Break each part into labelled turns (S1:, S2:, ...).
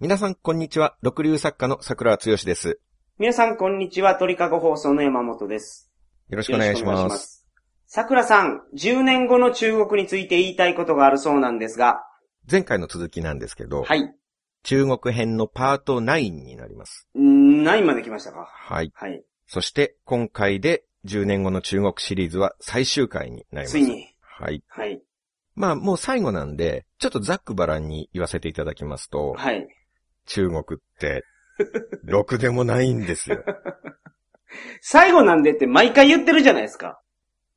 S1: 皆さん、こんにちは。六流作家の桜剛です。
S2: 皆さん、こんにちは。鳥かご放送の山本です。
S1: よろしく
S2: よ
S1: お
S2: ろ
S1: 願
S2: し
S1: い
S2: く
S1: し
S2: お願い
S1: ま。
S2: しますす。桜さん、10年後の中国について言いたいことがあるそうなんですが、
S1: 前回の続きなんですけど、
S2: はい。
S1: 中国編のパート9になります。
S2: んー何まで来ましたか
S1: はい。
S2: はい。
S1: そして、今回で10年後の中国シリーズは最終回になります。
S2: つい。に。
S1: はい。
S2: はい。
S1: まあ、もう最後なんで、ちょっとざっくばらんに言わせていただきますと、
S2: はい。
S1: 中国って、ろくでもないんです よ。
S2: 最後なんでって毎回言ってるじゃないですか。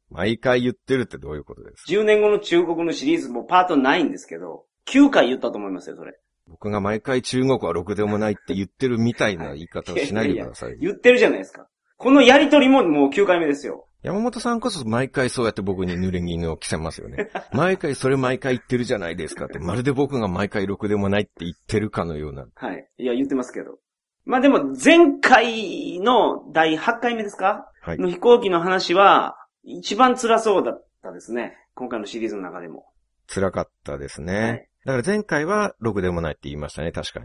S1: 毎回言ってるってどういうことですか
S2: 10年後の中国のシリーズもパートないんですけど、9回言ったと思いますよ、それ。
S1: 僕が毎回中国はろくでもないって言ってるみたいな言い方をしないでくださいよ。
S2: 言ってるじゃないですか。このやりとりももう9回目ですよ。
S1: 山本さんこそ毎回そうやって僕に濡れ衣を着せますよ ね。毎回それ毎回言ってるじゃないですかって、まるで僕が毎回ろくでもないって言ってるかのような。
S2: はい。いや、言ってますけど。まあでも、前回の第8回目ですか
S1: はい。
S2: の飛行機の話は、一番辛そうだったですね。今回のシリーズの中でも。
S1: 辛かったです
S2: は
S1: ね。
S2: い、
S1: だから前回はろくでもないって言いましたね、確か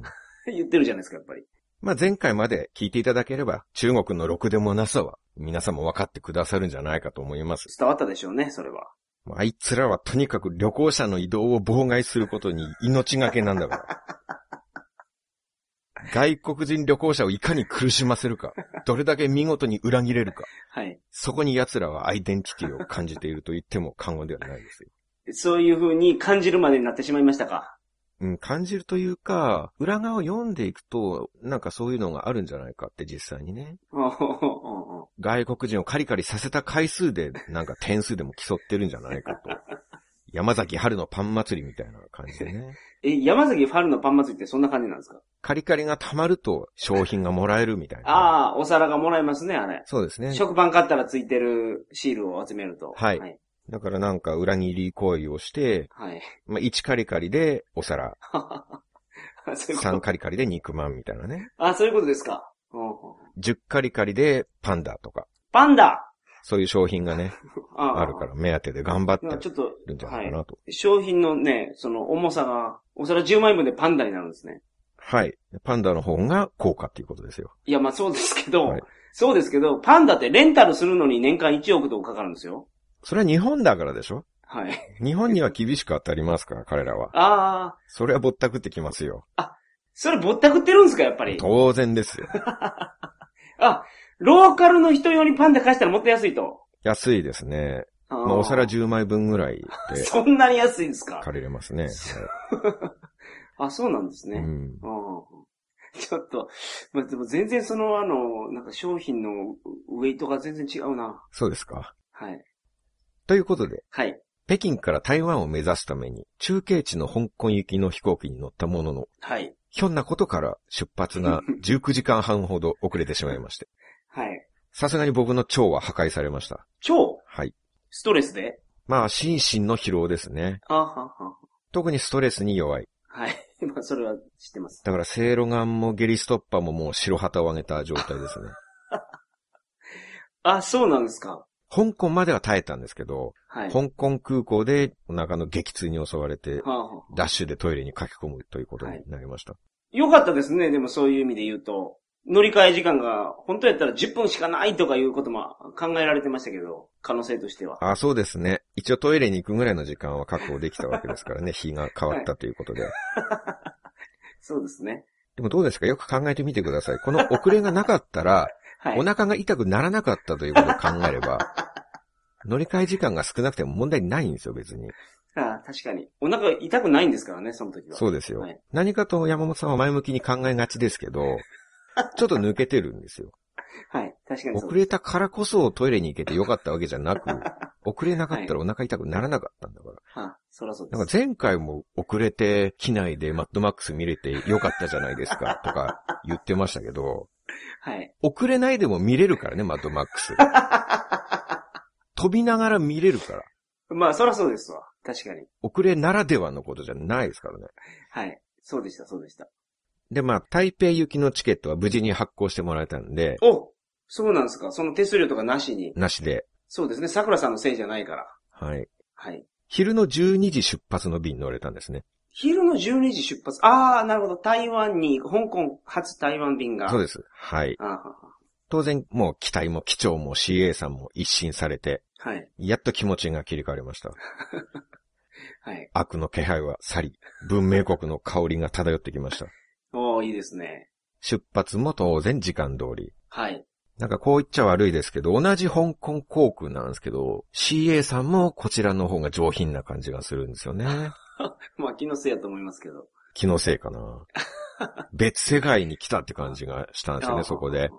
S1: に。
S2: 言ってるじゃないですか、やっぱり。
S1: まあ前回まで聞いていただければ、中国のろくでもなさは皆さんも分かってくださるんじゃないかと思います。
S2: 伝わったでしょうね、それは。
S1: もうあいつらはとにかく旅行者の移動を妨害することに命がけなんだから。外国人旅行者をいかに苦しませるか、どれだけ見事に裏切れるか、
S2: はい。
S1: そこに奴らはアイデンティティを感じていると言っても過言ではないですよ。
S2: そういう風に感じるまでになってしまいましたか。
S1: うん、感じるというか、裏側を読んでいくと、なんかそういうのがあるんじゃないかって実際にね。
S2: おうおうおうおう
S1: 外国人をカリカリさせた回数で、なんか点数でも競ってるんじゃないかと。山崎春のパン祭りみたいな感じでね。
S2: え、山崎ファルのパン祭りってそんな感じなんですか
S1: カリカリが溜まると商品がもらえるみたいな。
S2: ああ、お皿がもらえますね、あれ。
S1: そうですね。
S2: 食パン買ったらついてるシールを集めると。
S1: はい
S2: はい。
S1: だからなんか裏切り行為をして、
S2: はい、
S1: まあ、1カリカリでお皿、
S2: そういうこ
S1: 3
S2: と。
S1: カリカリで肉まんみたいなね。
S2: あ、そういうことですか。おうおう
S1: 10カリカリでパンダとか、
S2: パンダ
S1: そういう商品がね、
S2: あ
S1: あるから目当てで頑張って
S2: らちょっと、
S1: るんじゃないかなと。
S2: 商品のね、その重さが、お皿10枚分でパンダになるんですね。
S1: はい。パンダの方が高価っていうことですよ。
S2: いや、まあそうですけど、
S1: はい
S2: そうですけど、パンダってレンタルするのに年間1億とかかかるんですよ。
S1: それは日本だからでしょ
S2: はい。
S1: 日本には厳しく当たりますから、彼らは。
S2: ああ、
S1: それはぼったくってきますよ。
S2: それぼったくってるんですか、やっぱり。
S1: 当然ですよ。
S2: あ、ローカルの人用にパンダ返したらもっと安いと。
S1: 安いですね。
S2: あ
S1: まあ、お皿
S2: 十
S1: 10枚分ぐらいで
S2: そんなに安いんですか。
S1: 借りれます ね。
S2: あ、そうなんです
S1: う
S2: ね。
S1: ん。
S2: うんちょっと、まあ、でも全然その、あの、なんか商品のウェイトが全然違うな。
S1: そうですか。
S2: はい。
S1: ということで、
S2: はい。
S1: 北京から台湾を目指すために、中継地の香港行きの飛行機に乗ったものの、
S2: はい。
S1: ひょんなことから出発が19時間半ほど遅れてしまいまして、
S2: はい。
S1: さすがに僕の腸は破壊されました。
S2: 超
S1: はい。
S2: ストレスで
S1: まあ、心身の疲労ですね。
S2: あはは。
S1: 特にストレスに弱い。
S2: はい。 まあ、それは知ってます。
S1: だから、セイロガンもゲリストッパーももう白旗を上げた状態ですね。
S2: あ、そうなんですか。
S1: 香港までは耐えたんですけど、
S2: はい。
S1: 香港空港でお腹の激痛に襲われて、
S2: はあはあ
S1: ダッシュでトイレに駆け込むということになりました。
S2: よかったですね、でもそういう意味で言うと。乗り換え時間が、本当やったら10分しかないとかいうことも考えられてましたけど、可能性としては。
S1: あ、そうですね。一応トイレに行くぐらいの時間は確保できたわけですから ね、日が変わったということで。
S2: そうですね。
S1: でもどうですかよく考えてみてください。この遅れがなかったら、
S2: はい。
S1: お腹が痛くならなかったということを考えれ ば、乗り換え時間が少なくても問題ないんですよ、別に。
S2: あ確かに。お腹痛くないんですからね、その時は。
S1: そうですよ。
S2: はい
S1: 何かと山本さんは前向きに考えがちですけど、ちょっと抜けてるんですよ。
S2: はい。確かにそ
S1: 遅
S2: うです。
S1: れたからこそトイレに行けてよかったわけじゃ なく、遅れなかったらお腹痛くならなかったんだから。
S2: あ、そらそうで
S1: なん
S2: す。
S1: か前回も遅れて機内でマッドマックス見れてよかったじゃないですかとか言ってましたけど、
S2: はい。
S1: 遅れないでも見れるからね、マッドマックス。飛びながら見れるから。
S2: まあ、そらそうですわ。確かに。
S1: 遅れならではのことじゃないですからね。
S2: はい。そうでした、そうでした。
S1: で、まあ、台北行きのチケットは無事に発行してもらえたんで、
S2: おそうなんですか。その手数料とかなしに。
S1: なしで、
S2: そうですね。桜さんのせいじゃないから。
S1: はい。
S2: はい。
S1: 昼の12時出発の便に乗れたんですね。
S2: 昼の12時出発。ああ、なるほど。台湾に、香港初台湾便が。
S1: そう
S2: です。
S1: です。はい。
S2: ああ
S1: 当然、もう期待も機長も CA さんも一新されて、
S2: はい。
S1: やっと気持ちが切り替わりました。
S2: はい。
S1: 悪の気配は去り、文明国の香りが漂ってきました。
S2: おー、いいですね。
S1: 出発も当然時間通り。
S2: はい。
S1: なんかこう言っちゃ悪いですけど、同じ香港航空なんですけど、CA さんもこちらの方が上品な感じがするんですよ ね。
S2: まあ、気のせいやと思いますけど。
S1: 気のせいかな。別世界に来たって感じがしたんですよ
S2: あ
S1: ね、
S2: ー
S1: そこで。。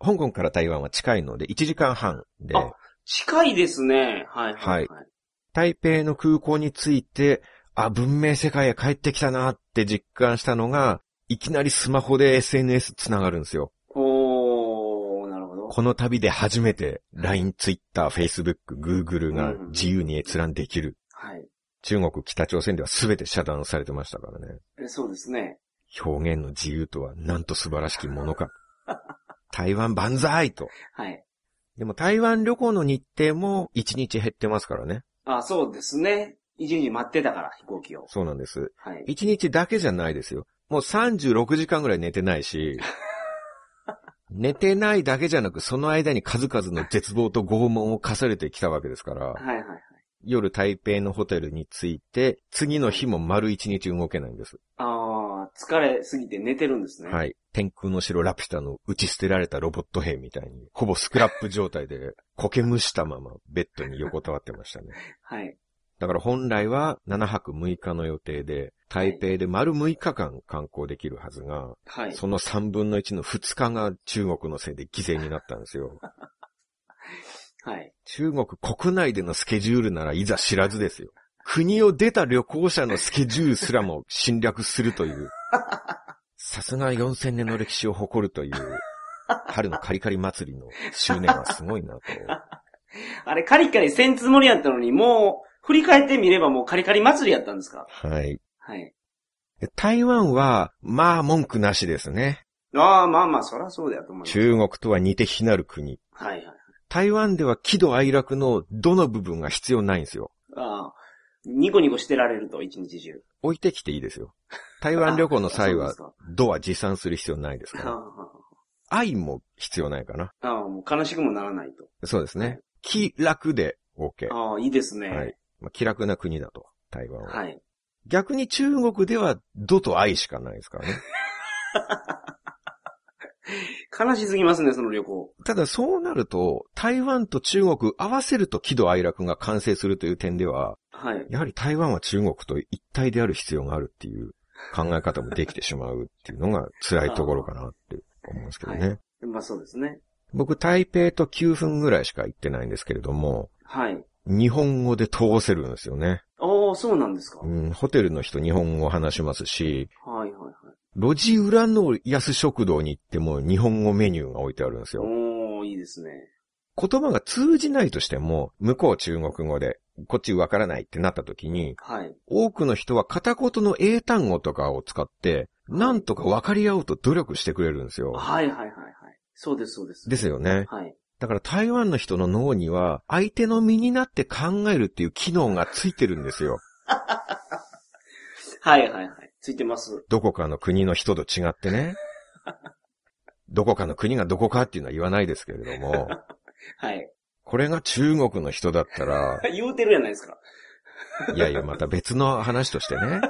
S1: 香港から台湾は近いので、1時間半で、
S2: あ近いですね。はい。はい。はい。
S1: 台北の空港に着いて、あ、文明世界へ帰ってきたなって実感したのが、いきなりスマホで SNS つながるんですよ。
S2: おー、なるほど。
S1: この旅で初めて LINE、Twitter、Facebook、Google が自由に閲覧できる。
S2: はい。
S1: 中国、北朝鮮では全て遮断されてましたからね。
S2: えそうですね。
S1: 表現の自由とはなんと素晴らしきものか。台湾万歳と。
S2: はい。
S1: でも台湾旅行の日程も1日減ってますからね。
S2: あそうですね。一日待ってたから、飛行機を。
S1: そうなんです。
S2: はい。
S1: 1日だけじゃないですよ。もう36時間ぐらい寝てないし、寝てないだけじゃなく、その間に数々の絶望と拷問を重ねてきたわけですから、
S2: はいはいはい。
S1: 夜台北のホテルに着いて、次の日も丸1日動けないんです。
S2: ああ、疲れすぎて寝てるんですね。。
S1: はいい。天空の城ラピュタの打ち捨てられたロボット兵みたいに、ほぼスクラップ状態で、苔むしたままベッドに横たわってましたね。
S2: はい。
S1: だから本来は7泊6日の予定で、台北で丸6日間観光できるはずが、
S2: はい。
S1: その3分の1の2日が中国のせいで犠牲になったんですよ。
S2: はい。
S1: 中国国内でのスケジュールならいざ知らずですよ。国を出た旅行者のスケジュールすらも侵略するという。さすが4000年の歴史を誇るという、春のカリカリ祭りの執念はすごいなと。
S2: あれ、カリカリせんつもりやったのに、もう、振り返ってみればもうカリカリ祭りやったんですか
S1: はい。
S2: はい。
S1: で台湾は、まあ文句なしですね。
S2: ああ、まあまあ、そらそうだよと思います。
S1: 中国とは似て非なる国。
S2: はいはい。
S1: 台湾では喜怒哀楽のどの部分が必要ないんですよ。
S2: ああ、ニコニコしてられると、一日中。
S1: 置いてきていいですよ。台湾旅行の際
S2: あ
S1: は、
S2: そう
S1: 度は持参する必要ないです
S2: で
S1: か。
S2: すから
S1: 愛も必要ないかな。
S2: ああああ、もう悲しくもならないと。
S1: そうですね。気楽で OK。
S2: ああ、いいですね。
S1: はいまあ、気楽な国だと、台湾は。
S2: はい。
S1: 逆に中国では、度と愛しかないです からね。
S2: 悲しすぎますね、その旅行。
S1: ただそうなると、台湾と中国合わせると喜怒哀楽が完成するという点では、
S2: はい。
S1: やはり台湾は中国と一体である必要があるっていう考え方もできてしまうっていうのが辛いところかなって思うんですけどね。
S2: まあそうですね。
S1: 僕、台北と9分ぐらいしか行ってないんですけれども、
S2: はい。
S1: 日本語で通せるんですよね。
S2: ああ、そうなんですか。
S1: うん、ホテルの人日本語を話しますし、
S2: はいはいはい。
S1: 路地裏の安食堂に行っても日本語メニューが置いてあるんですよ。
S2: おー、いいですね。
S1: 言葉が通じないとしても、向こう中国語で、こっちわからないってなった時に、
S2: はい。
S1: 多くの人は片言の英単語とかを使って、なんとか分かり合おうと努力してくれるんですよ。
S2: はいはいはいはい。そうですそうです。
S1: ですよね。
S2: はい。
S1: だから台湾の人の脳には、相手の身になって考えるっていう機能がついてるんですよ。
S2: はいはいはい。ついてます。
S1: どこかの国の人と違ってね。どこかの国がどこかっていうのは言わないですけれども、
S2: はい。
S1: これが中国の人だったら、
S2: 言うてるじゃないですか。
S1: いやいや、また別の話としてね、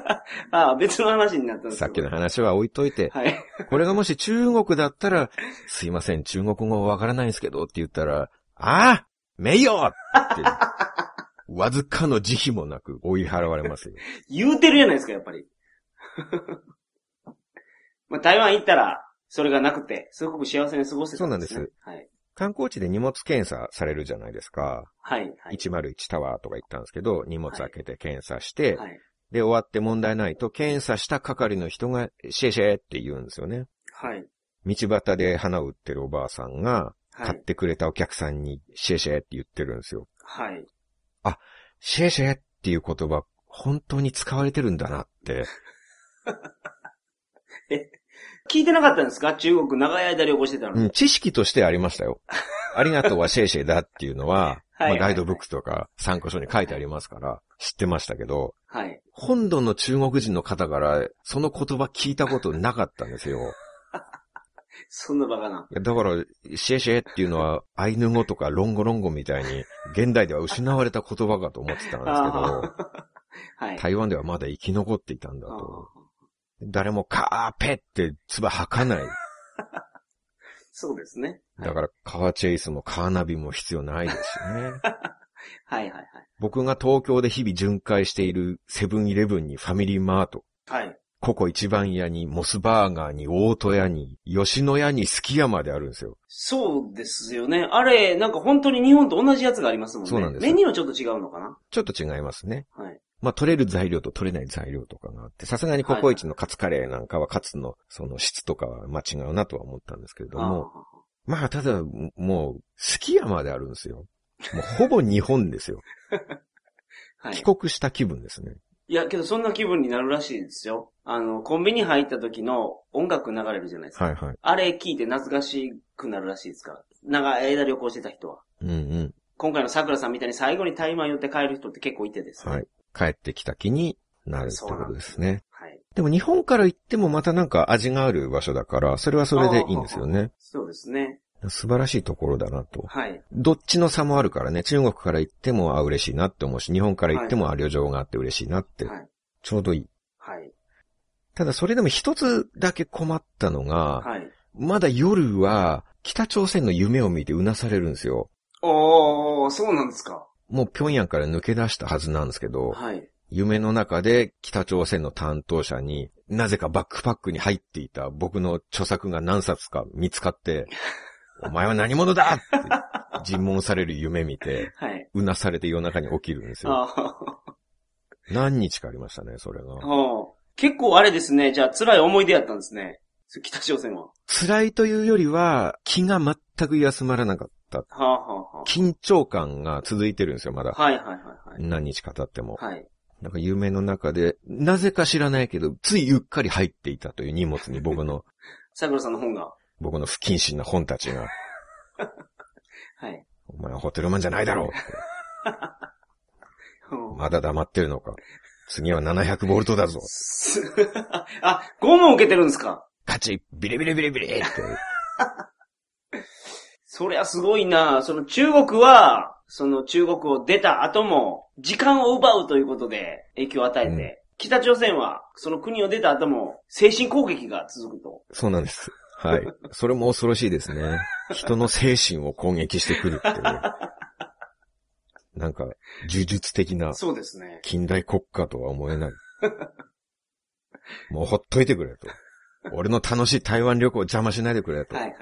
S2: ああ、別の話になったんです
S1: さっきの
S2: 話。
S1: 話は置いといて、
S2: はい。
S1: これがもし中国だったら、すいません、中国語わからないんですけどって言ったら、ああ名誉って、わずかの慈悲もなく追い払われますよ。
S2: 言うてるじゃないですか、やっぱり。 まあ、台湾行ったら、それがなくて、すごく幸せに過ごせた
S1: そうなんで。
S2: はい。
S1: 観光地で荷物検査されるじゃないですか。
S2: はい。はい。
S1: 101タワーとか行ったんですけど、荷物開けて検査して、
S2: はい。
S1: で、終わって問題ないと、検査した係の人が、シェシェって言うんですよね。
S2: はい。
S1: 道端で花を売ってるおばあさんが、
S2: は
S1: 買っ
S2: い。
S1: てくれたお客さんに、シェシェって言ってるんですよ。
S2: はい。
S1: シェシェっていう言葉、本当に使われてるんだな って。
S2: 聞いてなかったんですか中国長い間旅行してたの
S1: う
S2: に。
S1: ん、知識としてありましたよ。ありがとうはシェイシェイだっていうのは、
S2: はいはい
S1: まあガイドブックとか参考書に書いてありますから、知ってましたけど、
S2: はい。
S1: 本土の中国人の方からその言葉聞いたことなかったんですよ。
S2: そんなバカな。
S1: いやだから、シェイシェイっていうのは、アイヌ語とかロンゴロンゴみたいに、現代では失われた言葉かと思ってたんですけど、
S2: あー はい。
S1: 台湾ではまだ生き残っていたんだ
S2: あ
S1: と。
S2: ー
S1: 誰もカーペって唾吐かない。
S2: そうですね。はい
S1: だから、カーチェイスもカーナビも必要ないですよ ね。
S2: はいはい
S1: 僕が東京で日々巡回しているセブンイレブンにファミリーマート、
S2: はい。はい。
S1: ココ一番屋にモスバーガーに大戸屋に、吉野屋にすき家まであるんですよ。
S2: そうですよね。あれ、なんか本当に日本と同じやつがありますもんね。
S1: そうなんです
S2: メニューはちょっと違うのかな
S1: ちょっと違いますね。
S2: はい。
S1: まあ、取れる材料と取れない材料とかがあって、さすがにココイチのカツカレーなんかはカツのその質とかは間違うなとは思ったんですけれども、まあ、ただ、もう、すき家まであるんですよ。もうほぼ日本ですよ。
S2: あーはい
S1: 帰。国した気分ですね。
S2: いや、けどそんな気分になるらしいですよ。あの、コンビニ入った時の音楽流れるじゃないですか。
S1: はいはい。
S2: あれ聞いて懐かしくなるらしいですから。長い間旅行してた人は。
S1: うんうん。
S2: 今回の桜さんみたいに最後に台湾寄って帰る人って結構いてですね。
S1: はい。帰ってきた気になるってことですね。
S2: はい。
S1: でも日本から行ってもまたなんか味がある場所だから、それはそれでいいんですよね。
S2: そうですね。
S1: 素晴らしいところだなと。
S2: はい。
S1: どっちの差もあるからね、中国から行っても、あ、嬉しいなって思うし、日本から行っても、あ、旅情があって嬉しいなって、
S2: はい。
S1: ちょうどいい。
S2: はい。
S1: ただそれでも一つだけ困ったのが、
S2: はい。
S1: まだ夜は北朝鮮の夢を見てうなされるんですよ。
S2: おー、そうなんですか。
S1: もう平壌から抜け出したはずなんですけど、
S2: はい。
S1: 夢の中で北朝鮮の担当者に、なぜかバックパックに入っていた僕の著作が何冊か見つか って、お前は何者だって尋問される夢見て、
S2: はい。
S1: うなされて夜中に起きるんですよ。
S2: あ
S1: 何日かありましたね、それ
S2: ー
S1: が。
S2: おー結構あれですね。じゃあ辛い思い出やったんですね。北朝鮮は。は
S1: 辛いというよりは、気が全く休まらなかった。
S2: あ、はあ、は
S1: 緊張感が続いてるんですよ、まだ
S2: あ。。はいはいはい
S1: 何日か経っても。
S2: はい。はい。
S1: なんか夢の中で、なぜか知らないけど、ついうっかり入っていたという荷物に僕 の、
S2: 桜さんの本が。
S1: 僕の不謹慎な本たちが。
S2: はい。
S1: お前はホテルマンじゃないだろう。まだ黙ってるのか。次は700ボルトだぞ。
S2: す あ、拷問受けてるんですか
S1: カチビリビリビリビリって。
S2: そりゃすごいなその中国は、その中国を出た後も、時間を奪うということで影響を与えて、
S1: うん
S2: 北朝鮮は、その国を出た後も、精神攻撃が続くと。
S1: そうなんです。はい。それも恐ろしいですね。人の精神を攻撃してくるっていう。なんか、呪術的な
S2: そうですね。
S1: 近代国家とは思えない。もうほっといてくれと。俺の楽しい台湾旅行を邪魔しないでくれと。
S2: はいはい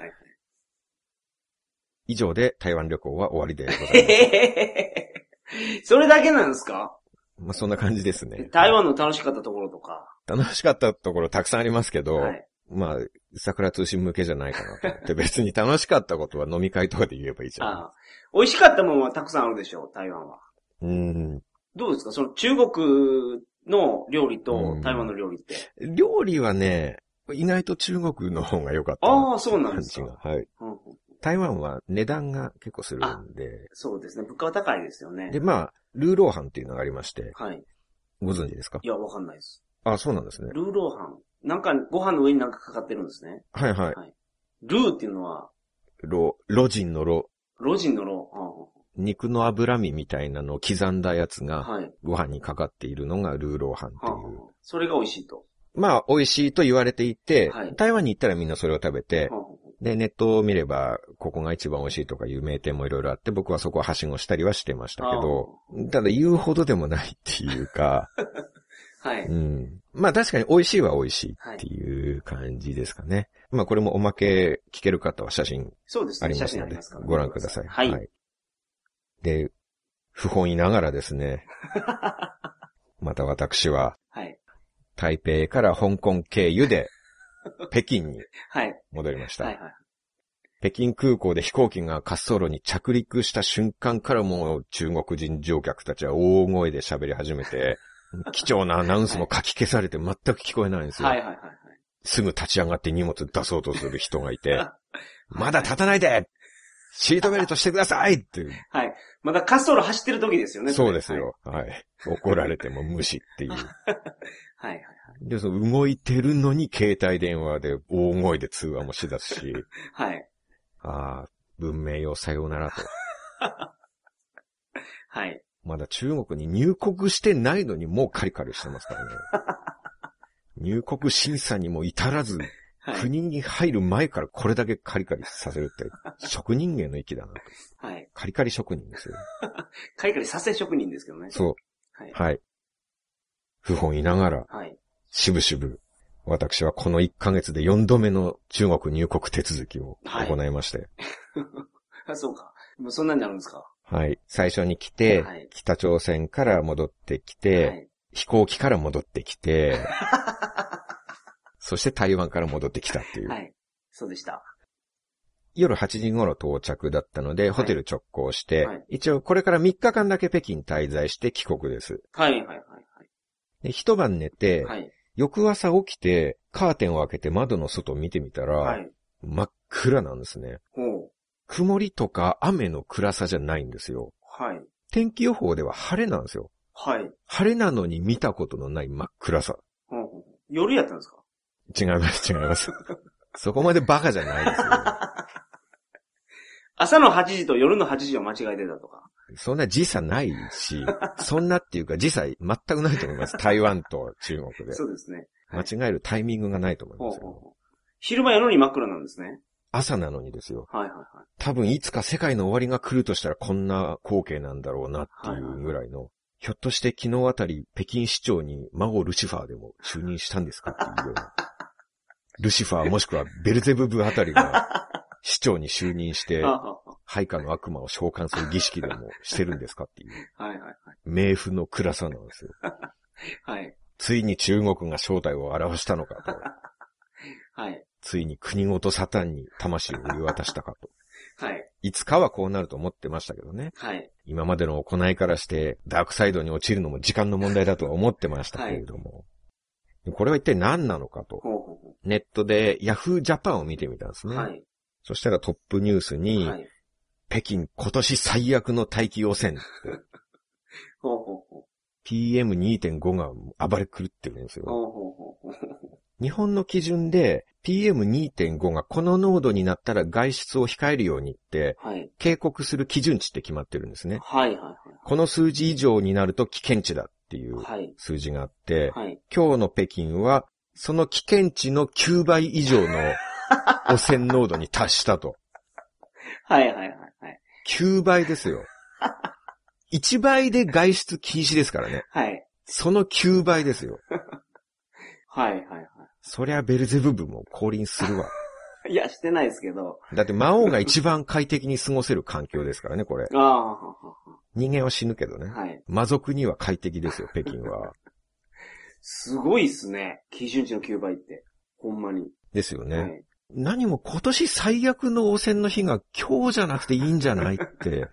S1: 以上で台湾旅行は終わりでございま
S2: は
S1: す。
S2: い。それだけなんですか
S1: まあそんな感じですね。
S2: 台湾の楽しかったところとか。
S1: 楽しかったところたくさんありますけど、
S2: はい。
S1: まあ、桜通信向けじゃないかなと思って、別に楽しかったことは飲み会とかで言えばいいじゃん。
S2: ああ美味しかったものはたくさんあるでしょう、台湾は。
S1: うーん。
S2: どうですかその中国の料理と台湾の料理って。
S1: 料理はね、意外と中国の方が良かった。
S2: ああ、そうなんです
S1: 感
S2: か。
S1: じがはい。
S2: うんうん
S1: 台湾は値段が結構するんで、
S2: そうですね。物価は高いですよね
S1: で、。まあ、ルーローハンっていうのがありまして、
S2: はい。
S1: ご存知ですか
S2: いや、わかんないです。
S1: あ、そうなんですね。
S2: ルーローハン。なんか、ご飯の上になんかかかってるんですね。
S1: はいはい。
S2: ルーっていうのは、
S1: ロ、ロジンのロ、
S2: ロジンのロ
S1: 肉の脂身みたいなのを刻んだやつ
S2: ー。
S1: が、
S2: はい。
S1: ご飯にかかっているのがルーローハンって
S2: はあ
S1: いう
S2: はあそれが美味しいと。
S1: まあ、美味しいと言われていて、
S2: はい
S1: 台湾に行ったらみんなそれを食べて
S2: は、あはあ
S1: で、ネットを見れば、ここが一番美味しいとか有名店もいろいろあって、僕はそこをはしごしたりはしてましたけど、ただ言うほどでもないっていうか、。
S2: はいう
S1: ん。まあ確かに美味しいは美味しいっていう感じですかね。まあこれもおまけ聞ける方は写真
S2: そうです
S1: あ
S2: ね。
S1: りま
S2: 写
S1: す
S2: 真あ
S1: の
S2: り
S1: で
S2: ますから、
S1: ご覧ください。
S2: はい。
S1: で、不本意ながらです ね、また私は
S2: はい。
S1: 台北から香港経由で北京に
S2: はい。
S1: 戻りました。
S2: はい。はい。
S1: 北京空港で飛行機が滑走路に着陸した瞬間からもう中国人乗客たちは大声で喋り始め て、貴重なアナウンスも書き消されて全く聞こえないんですよ。
S2: はい。はい。はい。
S1: すぐ立ち上がって荷物出そうとする人がいて、
S2: はい
S1: まだ立たないでシートベルトしてくださいって、
S2: はい。まだ滑走路走ってる時ですよね。れ
S1: そうです。よ。はい。怒られても無視って いう。
S2: はい。はい
S1: で、その動いてるのに携帯電話で大声で通話もしだすし、
S2: はい。はい。
S1: ああ、文明よさようならと。
S2: はい。
S1: まだ中国に入国してないのにもうカリカリしてますからね。 入国審査にも至らず、
S2: はい。
S1: 国に入る前からこれだけカリカリさせるって、職人芸の域だなと。
S2: はい。
S1: カリカリ職人ですよ。
S2: カリカリさせ職人ですけどね。
S1: そう。
S2: はい。
S1: はい。不本意ながら、
S2: はい。
S1: しぶしぶ、私はこの1ヶ月で4度目の中国入国手続きを行いまして、
S2: あ、そうか。もうそんなんになるんですか。
S1: はい。最初に来て、
S2: はい
S1: 北朝鮮から戻ってきて、
S2: はい。
S1: 飛行機から戻ってき て、そして台湾から戻ってきたっていう。
S2: はい。そうでした。
S1: 夜8時頃到着だったので、ホテル直行して、
S2: はい
S1: 一応これから3日間だけ北京滞在して帰国です。
S2: はい、はい、はい
S1: で一晩寝て、
S2: はい。はい。
S1: 翌朝起きて、カーテンを開けて窓の外を見てみたら、
S2: はい。
S1: 真っ暗なんですね。
S2: ほう。
S1: 曇りとか雨の暗さじゃないんですよ。
S2: はい。
S1: 天気予報では晴れなんですよ。
S2: はい。
S1: 晴れなのに見たことのない真っ暗さ。
S2: ほうほう夜やったんですか
S1: 違います、違い ます。そこまでバカじゃないですよ。
S2: 朝の8時と夜の8時を間違えてたとか。
S1: そんな時差ない し、そんなっていうか時差全くないと思います。台湾と中国で。
S2: そうですね。はい
S1: 間違えるタイミングがないと思い
S2: ほう
S1: ます
S2: ほう
S1: よ。
S2: ほう。昼間やのに真っ暗なんですね。
S1: 朝なのにですよ。
S2: はいはいはい。
S1: 多分いつか世界の終わりが来るとしたらこんな光景なんだろうなっていうぐらいの。ひょっとして昨日あたり北京市長に孫ルシファーでも就任したんですかっていうよう な。ルシファーもしくはベルゼブブあたり が市長に就任して
S2: あは
S1: 配下の悪魔を召喚する儀式でもしてるんですかっていう。
S2: ははいはい
S1: 冥府の暗さなんですよ。
S2: はい。
S1: ついに中国が正体を表したのか と。
S2: はい。
S1: ついに国ごとサタンに魂を売り渡したかと。
S2: はい。
S1: いつかはこうなると思ってましたけどね。
S2: はい。
S1: 今までの行いからして、ダークサイドに落ちるのも時間の問題だとは思ってましたけれども。これは一体何なのかと。
S2: ほうほうほ
S1: ネットで Yahoo Japan を見てみたんです
S2: う。
S1: ね。
S2: はい。
S1: そしたらトップニュースに、
S2: はい。
S1: 北京今年最悪の大気汚染って、
S2: ほうほうほ
S1: PM2.5 が暴れ狂ってるんです
S2: う。
S1: よ。
S2: ほうほうほうほう。
S1: 日本の基準で PM2.5 がこの濃度になったら外出を控えるようにって
S2: はい。
S1: 警告する基準値って決まってるんですね。
S2: はいは
S1: この数字以上になると危険値だってい
S2: いは
S1: う
S2: い。はい。
S1: 数字があって、
S2: はい。
S1: 今日の北京はその危険値の9倍以上 の汚染濃度に達したと。
S2: はいはいはいはい。
S1: 9倍ですよ。1倍で外出禁止ですからね。
S2: はい。
S1: その9倍ですよ。
S2: はいはいは
S1: そりゃベルゼブブも降臨するわ。
S2: い。いや、してないですけど。
S1: だって魔王が一番快適に過ごせる環境ですからね、これ。
S2: ああ、はは
S1: 人間は死ぬけどね。
S2: ははい。
S1: 魔族には快適ですよ、北京 は。
S2: すごいっすね。基準値の9倍って。ほんまに。
S1: ですよね。
S2: はい。
S1: 何も今年最悪の汚染の日が今日じゃなくていいんじゃない って。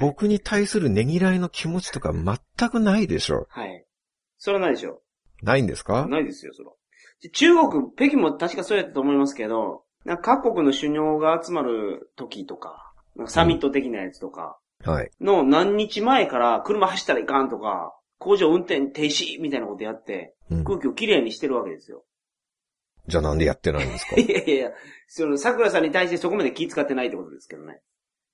S1: 僕に対するねぎらいの気持ちとか全くないでしょ。
S2: はい。それはないでしょ。
S1: ないんですか
S2: ないですよ、それは。で中国、北京も確かそうやったと思いますけど、なんか各国の首脳が集まる時とか、なんかサミット的なやつとか、
S1: はい。
S2: の何日前から車走ったらいかんとか、工場運転停止みたいなことやって、
S1: うん、
S2: 空気をきれいにしてるわけですよ。
S1: じゃあなんでやってないんですか
S2: いやいやいや、その、桜さんに対してそこまで気使ってないってことですけどね。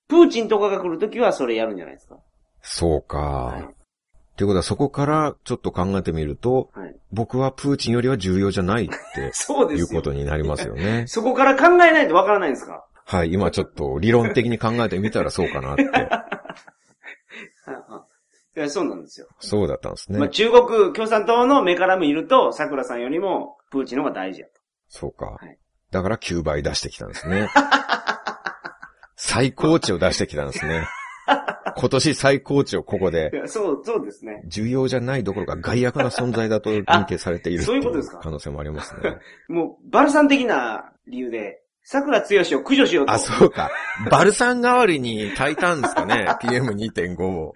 S2: プーチンとかが来るときはそれやるんじゃないですか。
S1: そうか。
S2: はい。
S1: ってことはそこからちょっと考えてみると、
S2: はい。
S1: 僕はプーチンよりは重要じゃないって
S2: そうで
S1: いう
S2: す
S1: こ
S2: よ。
S1: とになりますよ ね。
S2: そこから考えないとわからないんですか
S1: はい、今ちょっと理論的に考えてみたらそうかな って。
S2: はいはいいやそうなんですよ。
S1: そうだったんです
S2: まあ、
S1: ね。
S2: 中国共産党の目から見ると、桜さんよりもプーチンの方が大事やと。
S1: そうか
S2: い。
S1: だから9倍出してきたんですね。最高値を出してきたんですね。今年最高値をここで
S2: い、やそう、そうですね。
S1: 重要じゃないどころか害悪な存在だと認定されている
S2: あ
S1: って
S2: そういうこと
S1: い
S2: です
S1: う
S2: か
S1: 可能性もありますね。
S2: もう、バルサン的な理由で、桜強しを駆除しようと。
S1: あ、そうか。バルサン代わりに炊いたんですか ね。PM2.5 を。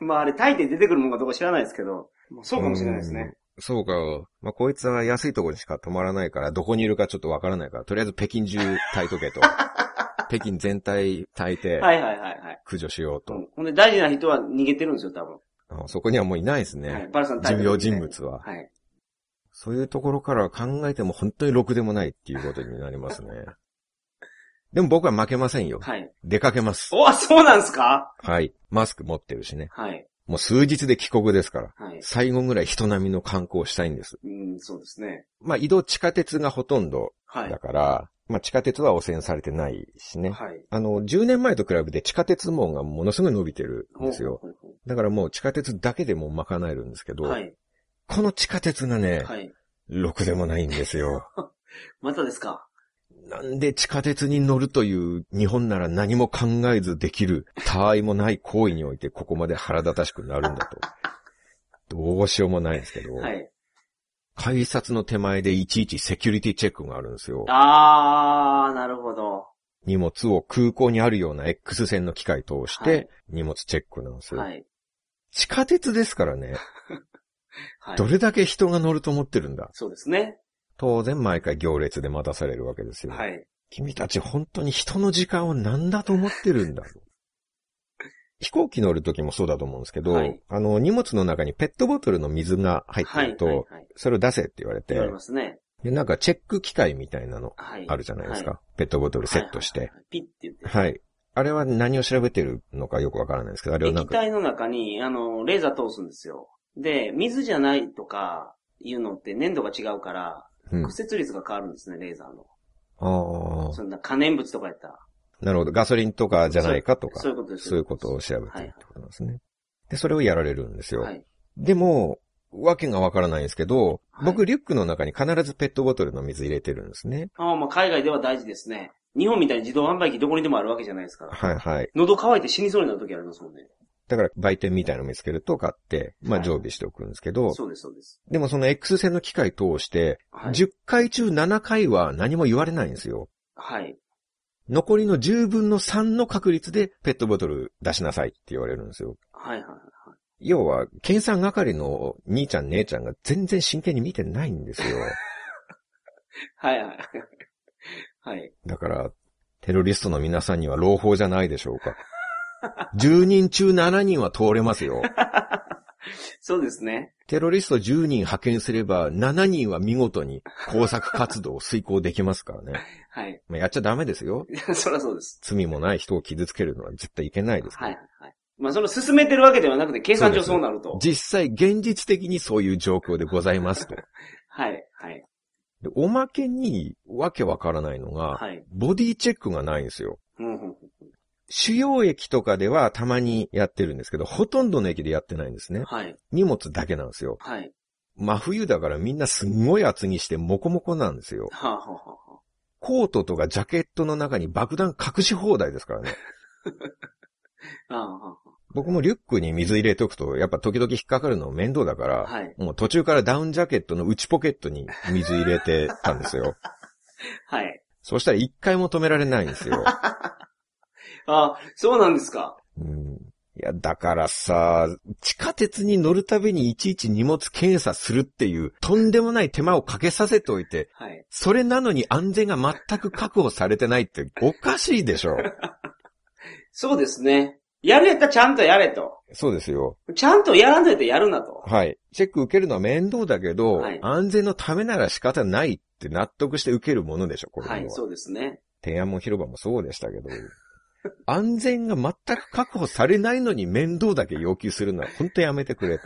S2: まあ、あれ、大抵出てくるもんかどうか知らないですけど、もうそうかもしれないですね。
S1: うん。そうか。まあ、こい つは安いところにしか泊まらないから、どこにいるかちょっとわからないから、とりあえず北京中炊いとけと。北京全体耐えて
S2: はいはいはいはい。
S1: 駆除しようと。
S2: うんほんで大事な人は逃げてるんですよ、多分。
S1: あそこにはもういないです
S2: はい
S1: ね。。
S2: バルさん
S1: 重要人。物は。
S2: はい。
S1: そういうところから考えても本当にろくでもないっていうことになりますね。でも僕は負けませんよ。
S2: はい。
S1: 出かけます。
S2: おそうなんすか
S1: はい。マスク持ってるしね。
S2: はい。
S1: もう数日で帰国ですから。
S2: はい。
S1: 最後ぐらい人並みの観光をしたいんです。
S2: うん、そうですね。
S1: まあ移動地下鉄がほとんど
S2: はい。
S1: だから、まあ地下鉄は汚染されてないしね。
S2: はい。
S1: あの、10年前と比べて地下鉄網がものすごい伸びてるんですよ。
S2: ほうほう
S1: だからもう地下鉄だけでもう賄えるんですけど、
S2: ほう。はい。
S1: この地下鉄がね、
S2: はい。
S1: ろくでもないんですよ。
S2: またですか
S1: なんで地下鉄に乗るという日本なら何も考えずできる、他愛もない行為においてここまで腹立たしくなるんだと。 どうしようもないんですけど、
S2: はい。
S1: 改札の手前でいちいちセキュリティチェックがあるんですよ。
S2: あー、なるほど。
S1: 荷物を空港にあるような X 線の機械通し
S2: は
S1: て
S2: い
S1: 荷物チェックなんですよ。
S2: はい。
S1: 地下鉄ですからね、
S2: はい。
S1: どれだけ人が乗ると思ってるんだ。
S2: そうですね。
S1: 当然毎回行列で待たされるわけですよ。
S2: はい。
S1: 君たち本当に人の時間を何だと思ってるんだ。 飛行機乗る時もそうだと思うんですけど、
S2: はい
S1: あの、荷物の中にペットボトルの水が入って
S2: はい。
S1: ると、
S2: はい。はい。
S1: それを出せって言われて
S2: 言われますね。
S1: で、なんかチェック機械みたいなの
S2: はい。
S1: あるじゃないですか。
S2: は
S1: ペットボトルセットして。
S2: は
S1: はいい
S2: はいはいピッて言って。
S1: あれは何を調べてるのかよくわからないですけど、あれをなん
S2: 液
S1: か、
S2: 体の中に、あの、レーザー通すんですよ。で、水じゃないとか、いうのって粘度が違うから、
S1: うん、あ
S2: 屈折率が変わるんですね、レーザーの。
S1: あ
S2: そんな可燃物とかやったら。
S1: なるほど。ガソリンとかじゃないかとか、
S2: そういうことです。
S1: そういうことを調べてるってことなんですね。で、それをやられるんですよ。
S2: はい。
S1: でも、わけがわからないんですけど、
S2: はい
S1: 僕リュックの中に必ずペットボトルの水入れてるんですね。
S2: ああ、まあ海外では大事ですね。日本みたいに自動販売機どこにでもあるわけじゃないですから。
S1: はいはい。
S2: 喉乾いて死にそうになる時ありますもんね。
S1: だから売店みたいなの見つけると買って、まあ
S2: はい
S1: 常備しておくんですけど、
S2: そうです、そうです。
S1: でもその X 線の機械通して、
S2: はい。
S1: 10回中7回は何も言われないんですよ。
S2: はい。
S1: 残りの10分の3の確率でペットボトル出しなさいって言われるんですよ。
S2: はい、はい。
S1: 要は、検査係の兄ちゃん姉ちゃんが全然真剣に見てないんですよ。
S2: はい、はい。はい。
S1: だから、テロリストの皆さんには朗報じゃないでしょうか。10人中7人は通れますよ。
S2: そうですね。
S1: テロリスト10人派遣すれば7人は見事に工作活動を遂行できますからね。
S2: はい。
S1: まあ、やっちゃダメですよ。
S2: そらそうです。
S1: 罪もない人を傷つけるのは絶対いけないですか
S2: は
S1: ら、
S2: い、はい。はいまあ、その進めてるわけではなくて、計算
S1: そうで
S2: 上
S1: す
S2: そうなると。
S1: 実際現実的にそういう状況でございますと。
S2: はい、はい。
S1: でおまけにわけわからないのが、
S2: はい。
S1: ボディチェックがないんですよ。
S2: うんうんうん
S1: 主要駅とかではたまにやってるんですけど、ほとんどの駅でやってないんですね。
S2: はい、
S1: 荷物だけなんですよ。
S2: はい。
S1: 真冬だからみんなすんごい厚着してモコモコなんですよ。
S2: はあ、はあ、はあは
S1: コートとかジャケットの中に爆弾隠し放題ですからね。
S2: あ、ああは
S1: 僕もリュックに水入れとくと、やっぱ時々引っかかるの面倒だか
S2: あ
S1: ら、
S2: はい。
S1: もう途中からダウンジャケットの内ポケットに水入れてたんです よ。
S2: はい。
S1: そうしたら一回も止められないんですよ。
S2: ああ、そうなんですか。
S1: うんいや、だからさ、地下鉄に乗るたびにいちいち荷物検査するっていう、とんでもない手間をかけさせておいて、
S2: はい。
S1: それなのに安全が全く確保されてないっておかしいでし ょ。
S2: そうですね。やるやったらちゃんとやれと。
S1: そうですよ。
S2: ちゃんとやらないとやるなと。
S1: はい。チェック受けるのは面倒だけど、
S2: はい
S1: 安全のためなら仕方ないって納得して受けるものでしょ、これは。
S2: はい、そうですね。
S1: 天安門広場もそうでしたけど、安全が全く確保されないのに面倒だけ要求するのは本当やめてくれ。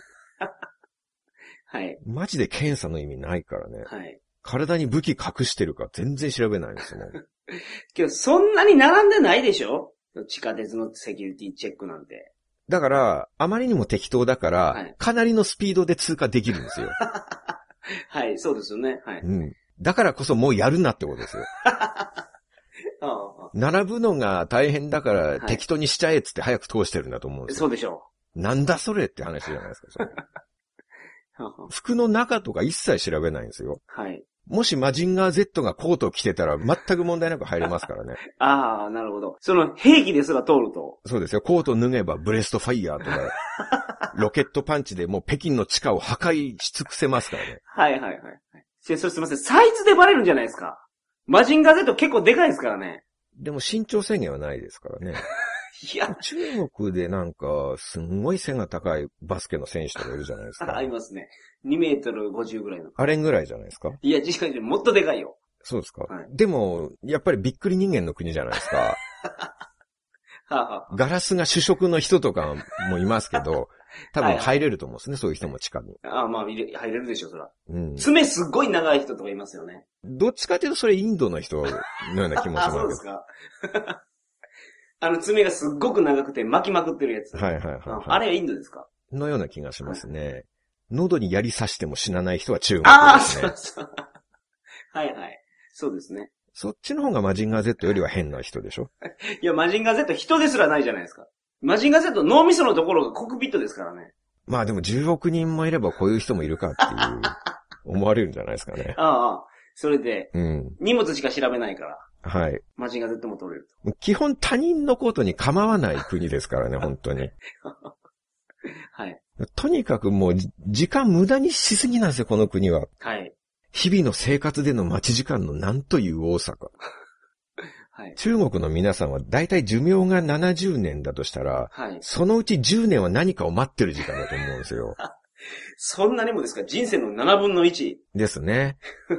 S2: はい、
S1: マジで検査の意味ないからね。
S2: はい。
S1: 体に武器隠してるか全然調べないんですもん。
S2: けど、そんなに並んでないでしょ地下鉄のセキュリティチェックなんて。
S1: だから、あまりにも適当だから、
S2: はい
S1: かなりのスピードで通過できるんですよ。
S2: はい、そうですよね。はい。
S1: うん。だからこそもうやるなってことですよ。
S2: あああ
S1: 並ぶのが大変だか
S2: はい
S1: ら適当にしちゃえっつって早く通してるんだと思うん
S2: あ
S1: ですよ。
S2: そうでしょ
S1: なんだそれって話じゃないですか。 それ
S2: う。 はあは
S1: 服の中とか一切調べないんですよ。
S2: あはい。
S1: もしマジンガー Z がコートを着てたら全く問題なく入れますからね。
S2: ああ、なるほど。その兵器ですら通ると。
S1: そうですよ。コート脱げばブレストファイヤーとか、ロケットパンチでもう北京の地下を破壊し尽くせますからね。
S2: はい、はい、はいはい。せそれすいません。サイズでバレるんじゃないですか。マジンガー Z 結構でかいですからね。
S1: でも身長制限はないですから ね。
S2: いや、
S1: 中国でなんか、すんごい背が高いバスケの選手とかいるじゃないですか
S2: あ。りますね。2メートル50ぐらいの。
S1: あれぐらいじゃないですか
S2: いや、実際もっとでかいよ。
S1: そうですか、
S2: はい
S1: でも、やっぱりびっくり人間の国じゃないですか。
S2: はあ、はあ、
S1: ガラスが主食の人とかもいますけ ど、多
S2: はい
S1: 分
S2: はい
S1: 入れると思うんですね、そういう人も地下に。
S2: ああまあ、入れ入れるでしょ、そら。
S1: うん。
S2: 爪すっごい長い人とかいますよね。
S1: どっちかというとそれインドの人のような気もし
S2: あ、
S1: ま
S2: そうですすか。あの、爪がすっごく長くて巻きまくってるやつ。
S1: けど。はいはいはい、
S2: あ
S1: はい。
S2: あれはインドですか
S1: のような気がしますね。喉に槍刺しても死なない人は中国
S2: ああ、
S1: です
S2: そ
S1: ね
S2: う。そう。 はいはい。そうですね。
S1: そっちの方がマジンガー Z よりは変な人でしょ
S2: いや、マジンガー Z 人ですらないじゃないですか。マジンガー Z 脳みそのところがコックピットですからね。
S1: まあでも10億人もいればこういう人もいるかっていう、思われるんじゃないですか ね。
S2: ああああ、それで、
S1: うん。
S2: 荷物しか調べないから、
S1: はい。
S2: マジンガー Z も取れる
S1: 基本他人のことに構わない国ですからね、本当に。
S2: と。はい。
S1: とにかくもう、じ時間無駄にしすぎなんですよ、この国は。
S2: はい。
S1: 日々の生活での待ち時間のなんという多さか。
S2: はい。
S1: 中国の皆さんは大体寿命が70年だとしたら、
S2: はい。
S1: そのうち10年は何かを待ってる時間だと思うんですよ。
S2: そんなにもですか人生の7分の1。
S1: です ね。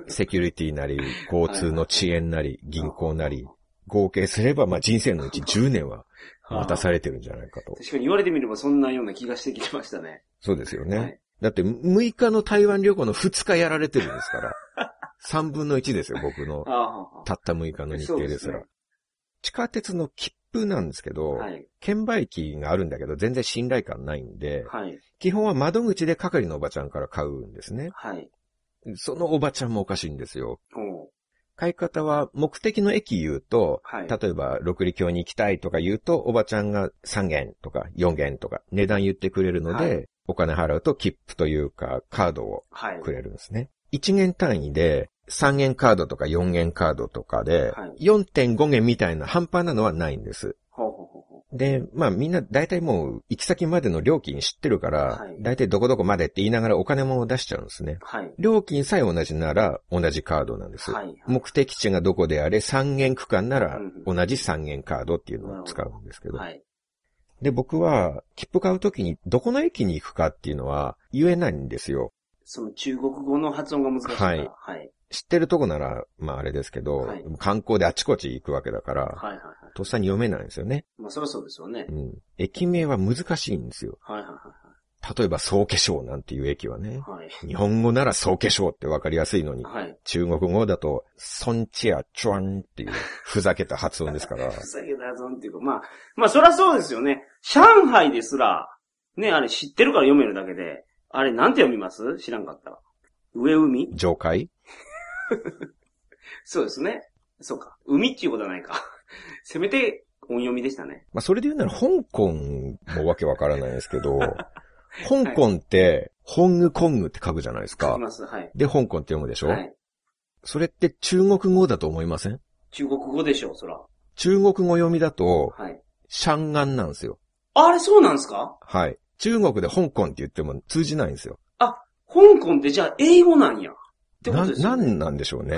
S1: セキュリティなり、交通の遅延なり、銀行なり、合計すれば、まあ人生のうち10年は待たされてるんじゃないかと。
S2: 確かに言われてみればそんなような気がしてきてましたね。
S1: そうですよ
S2: は
S1: ね
S2: い。
S1: だって、6日の台湾旅行の2日やられてるんです から。3分の1ですよ、僕の
S2: ああ、
S1: たった6日の日程です
S2: そう
S1: ら。
S2: ですね
S1: 地下鉄の切符なんですけど、
S2: はい。
S1: 券売機があるんだけど、全然信頼感ないんで、
S2: はい。
S1: 基本は窓口で係のおばちゃんから買うんですね。
S2: はい。
S1: そのおばちゃんもおかしいんですよ。
S2: おう
S1: 買い方は目的の駅言うと、
S2: はい。
S1: 例えば、六里橋に行きたいとか言うと、おばちゃんが3元とか4元とか値段言ってくれるので、
S2: は
S1: お金払うと切符というかカードを
S2: はい。
S1: くれるんですね。1元単位で、3元カードとか4元カードとかで、
S2: はい
S1: 4.5元みたいな半端なのはないんです。
S2: ほうほうほうほ
S1: で、まあみんな大体もう行き先までの料金知ってるから、
S2: はい
S1: 大体どこどこまでって言いながらお金も出しちゃうんですね。
S2: う。はい。
S1: 料金さえ同じなら同じカードなんです。
S2: はい。
S1: 目的地がどこであれ3元区間なら
S2: うん
S1: 同じ3元カードっていうのを使うんですけど。
S2: はい。
S1: で、僕は切符買うときにどこの駅に行くかっていうのは言えないんですよ。
S2: その中国語の発音が難しいから。
S1: は
S2: はいい。はい。
S1: 知ってるとこなら、まああれですけど、
S2: はい
S1: 観光であちこち行くわけだから、
S2: はいはいはい。
S1: とっさに読めないんですよね。
S2: まあそりゃそうですよね
S1: う。ん。駅名は難しいんですよ。
S2: はいはい
S1: 例えば、総化粧なんていう駅はね、
S2: はい。
S1: 日本語なら総化粧ってわかりやすいのに、
S2: はい。はい。
S1: 中国語だと、ソンチアチュアンっていうふざけた発音です から、
S2: ふざけた発音っていうか、まあ、まあそりゃそうですよね。上海ですら、ね、あれ知ってるから読めるだけで、あれなんて読みます知らんかったら。上海
S1: 上海
S2: そうですね。そうか。海っていうことはないか。 せめて音読みでしたね。
S1: まあ、それで言うなら、香港もわけわからないですけ ど、香港って、ホングコングって書くじゃないです
S2: 書
S1: か
S2: き。ます。はい。
S1: で、香港って読むでしょ、
S2: はい。
S1: それって中国語だと思いません
S2: 中国語でしょう、そら。
S1: 中国語読みだと、
S2: はい。
S1: シャンガンなんですよ。
S2: ああれそうなんですか
S1: はい。中国で香港って言っても通じないんですよ。
S2: 香港ってじゃあ英語なんや。ってこ
S1: な
S2: と
S1: ん
S2: です
S1: な
S2: よ、ね。
S1: んなんでしょう ね。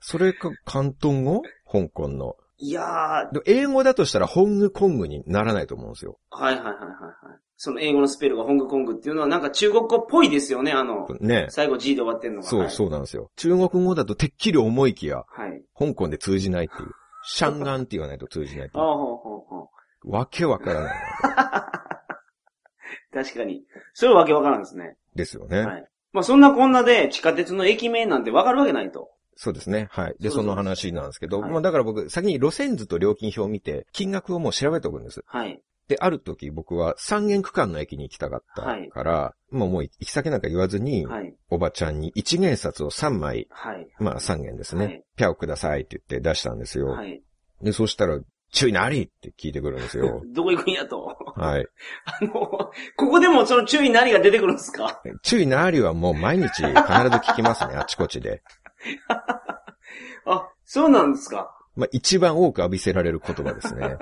S1: それか、広東語香港の。
S2: いやー、はい
S1: で英語だとしたら、ホングコングにならないと思うんですよ。
S2: はいはいはいはい。その英語のスペルがホングコングっていうのはなんか中国語っぽいですよね、あの、
S1: ね。
S2: 最後 G で終わってんのが。
S1: そう、そうなんですよ。中国語だとてっきり思いきや、
S2: はい。はい。
S1: 香港で通じないっていう。シャンガンって言わないと通じないって
S2: あ
S1: い
S2: あ、
S1: う。
S2: ほうほうほう。
S1: わけわからない。
S2: 確かに。それはわけわからんですね。
S1: ですよね。
S2: はいまあそんなこんなで地下鉄の駅名なんてわかるわけないと。
S1: そうですね。はい。で、
S2: そ
S1: そう
S2: です
S1: の話なんですけど、
S2: はい
S1: まあだから僕、先に路線図と料金表を見て、金額をもう調べておくんです。
S2: はい。
S1: で、ある時僕は三元区間の駅に行きたかったから、もうもう行き先なんか言わずに、
S2: はい。
S1: おばちゃんに一元札を3枚、
S2: はい。
S1: まあ3元ですね、
S2: はい
S1: ピャオくださいって言って出したんですよ。
S2: はい。。
S1: で、そしたら、注意なりって聞いてくるんですよ
S2: どこ行くんやと。
S1: はい。
S2: あの、ここでもその注意何が出てくるんですか
S1: 注意なりはもう毎日必ず聞きますね、あちこちで。
S2: あ、そうなんですか。
S1: まあ一番多く浴びせられる言葉です ね。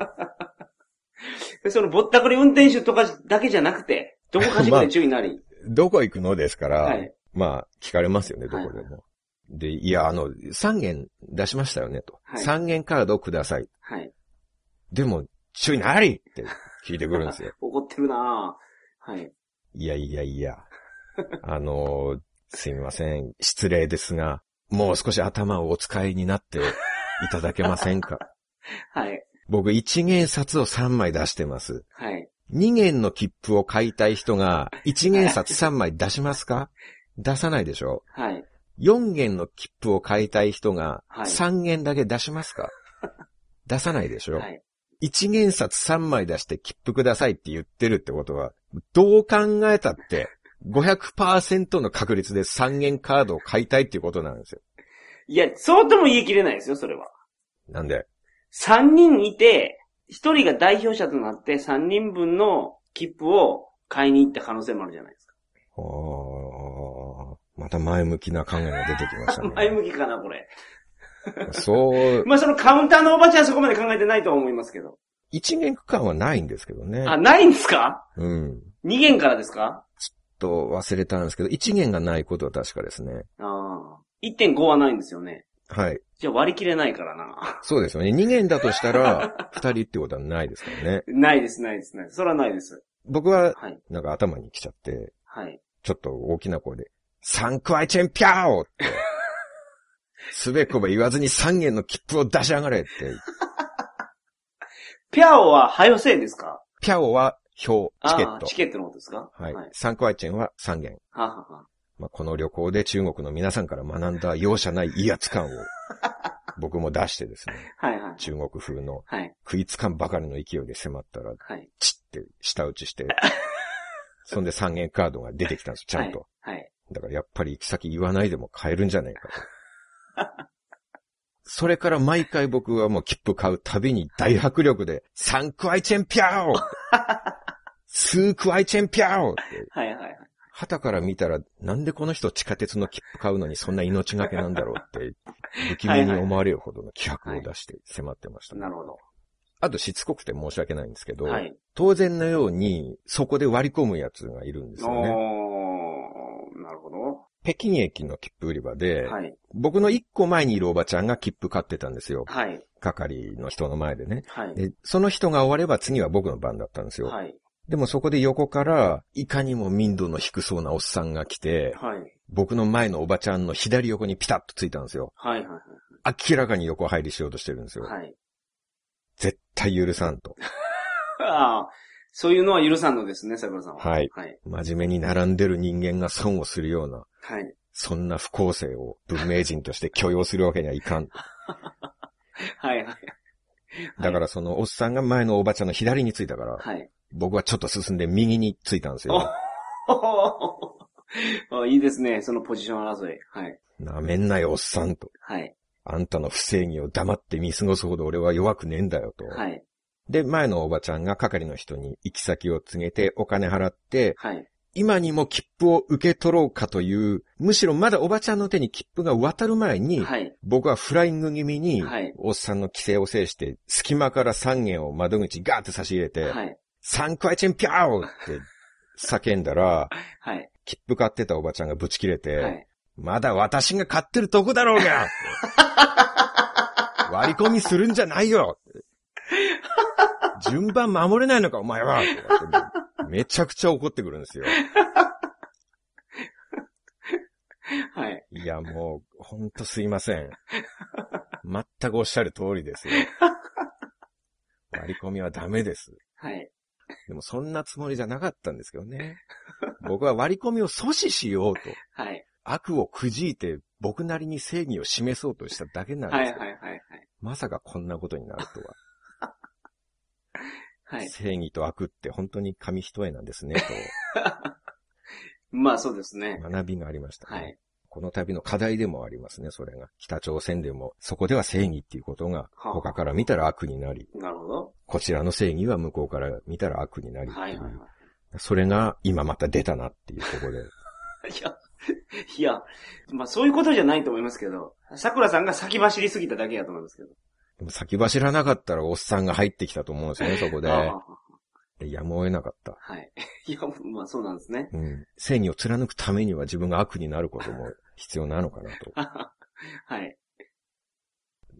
S2: でそのぼったくり運転手とかだけじゃなくて、どこかしらで注意なり。
S1: どこ行くのですから、
S2: はい。
S1: まあ聞かれますよね、どこでも。で、いや、あの、3元出しましたよね、と。
S2: はい
S1: 3元カードをください。
S2: はい。
S1: でも、注意なりって聞いてくるん ですよ。
S2: 怒ってるなぁ。はい。
S1: いやいやいや。あの、すいません。失礼ですが、もう少し頭をお使いになっていただけません か
S2: はい。
S1: 僕1元札を3枚出してます。
S2: はい。
S1: 2元の切符を買いたい人が1元札3枚出しますか出さないでしょ
S2: はい。
S1: ?4 元の切符を買いたい人が
S2: はい
S1: 3元だけ出します か出さないでしょ
S2: はい。
S1: 一元札三枚出して切符くださいって言ってるってことは、どう考えたって、500%の確率で三元カードを買いたいっていうことなんですよ。
S2: いや、そうとも言い切れないですよ、それは。
S1: なんで、
S2: 3人いて、1人が代表者となって3人分の切符を買いに行った可能性もあるじゃないですか。
S1: おーまた前向きな考えが出てきました
S2: 前
S1: ね。
S2: 向きかな、これ。
S1: そう、
S2: まあ、そのカウンターのおばちゃんはそこまで考えてないとは思いますけど。
S1: 一元区間はないんですけどね。
S2: あ、ないんですか
S1: うん。
S2: ?2 元からですか
S1: と忘れたんですけど、一元がないことは確かですね。
S2: ああ。1.5はないんですよね。
S1: はい。
S2: じゃあ割り切れないからな。
S1: そうですよね。二元だとした ら、二人ってことはないですからね。
S2: ないです、ないです、ないです。それはないです。
S1: 僕は、
S2: はい。
S1: なんか頭に来ちゃって、
S2: はい。
S1: ちょっと大きな声で、サンクアイチェンピャーオって、すべこば言わずに三元の切符を出しやがれって、
S2: ピャオは、はよせいですか
S1: ピャオは票、チケ
S2: あ
S1: ッ
S2: あ
S1: ト
S2: チ。ケットのことですか
S1: はい
S2: はい。。
S1: サンクアイチェンは三元。
S2: ははは
S1: まあ、この旅行で中国の皆さんから学んだ容赦ない威圧 感を、僕も出してですね、
S2: はいはい。
S1: 中国風の
S2: はい。
S1: 食いつかんばかりの勢いで迫ったら、
S2: はい。
S1: チッって舌打ち して、そんで三元カードが出てきたんです、ちゃんと。
S2: はい。
S1: だからやっぱり行き先言わないでも買えるんじゃないかと。 それから毎回僕はもう切符買うたびに大迫力で、サンクアイチェンピャ オスークアイチェンピャオって、
S2: はいはいはい。
S1: 旗から見たらなんでこの人地下鉄の切符買うのにそんな命がけなんだろうって、不気味に思われるほどの気迫を出して迫ってましたね、
S2: なるほど。
S1: あとしつこくて申し訳ないんですけど、
S2: はい。
S1: 当然のようにそこで割り込むやつがいるんです
S2: お
S1: よね。
S2: ー、なるほど。
S1: 北京駅の切符売り場で、
S2: はい。
S1: 僕の一個前にいるおばちゃんが切符買ってたんですよ。
S2: はい。
S1: 係の人の前でね。
S2: はい。
S1: で、その人が終われば次は僕の番だったんですよ。
S2: はい。
S1: でもそこで横から、いかにも民度の低そうなおっさんが来て、
S2: はい。
S1: 僕の前のおばちゃんの左横にピタッとついたんですよ。
S2: はい。は
S1: 明らかに横入りしようとしてるんです
S2: い。
S1: よ。
S2: はい。
S1: 絶対許さんと。
S2: ああ、そういうのは許さんのですね、桜さんは。
S1: はい。
S2: はい。
S1: 真面目に並んでる人間が損をするような、
S2: はい。
S1: そんな不公正を文明人として許容するわけにはいかん。
S2: はい。はい。
S1: だからそのおっさんが前のおばちゃんの左についたから、
S2: はい。
S1: 僕はちょっと進んで右についたんですよ。
S2: おおいいですね、そのポジション争い。はい。
S1: なめんなよ、おっさんと。
S2: はい。
S1: あんたの不正義を黙って見過ごすほど俺は弱くねえんだよと。
S2: はい。
S1: で、前のおばちゃんが係の人に行き先を告げてお金払って、
S2: はい。
S1: 今にも切符を受け取ろうかという、むしろまだおばちゃんの手に切符が渡る前に、
S2: はい。
S1: 僕はフライング気味に
S2: はい、
S1: おっさんの規制を制して、隙間から3軒を窓口ガーって差し入れて、
S2: はい。
S1: サンクアイチェンピャーオって叫んだら、
S2: はい。
S1: 切符買ってたおばちゃんがブチ切れて、
S2: はい。
S1: まだ私が買ってるとこだろう が割り込みするんじゃない よ順番守れないのか、お前はめちゃくちゃ怒ってくるんですよ。
S2: はい。
S1: いや、もう、ほんとすいません。全くおっしゃる通りです よ。割り込みはダメです。
S2: はい。
S1: でも、そんなつもりじゃなかったんですけどね。僕は割り込みを阻止しようと、
S2: はい。
S1: 悪をくじいて、僕なりに正義を示そうとしただけなんです
S2: はい。
S1: よ。
S2: はい。はい。はい
S1: まさかこんなことになるとは。
S2: はい。
S1: 正義と悪って本当に紙一重なんです ね、
S2: まあそうです
S1: と
S2: ね。
S1: 学びがありました、ね
S2: はい。
S1: この度の課題でもありますね、それが。北朝鮮でも、そこでは正義っていうことが、
S2: はあ
S1: 他から見たら悪になり、
S2: なるほど。
S1: こちらの正義は向こうから見たら悪になりって
S2: はいいうはいはい。
S1: それが今また出たなっていうところで。
S2: いや、 いや、まあそういうことじゃないと思いますけど、桜さんが先走りすぎただけやと思いますけど。
S1: でも先走らなかったらおっさんが入ってきたと思うんですよね、そこで。
S2: ああ
S1: でやむを得なかった。
S2: はい。 いや、まあそうなんですね。
S1: うん。正義を貫くためには自分が悪になることも必要なのかなと。
S2: ははい。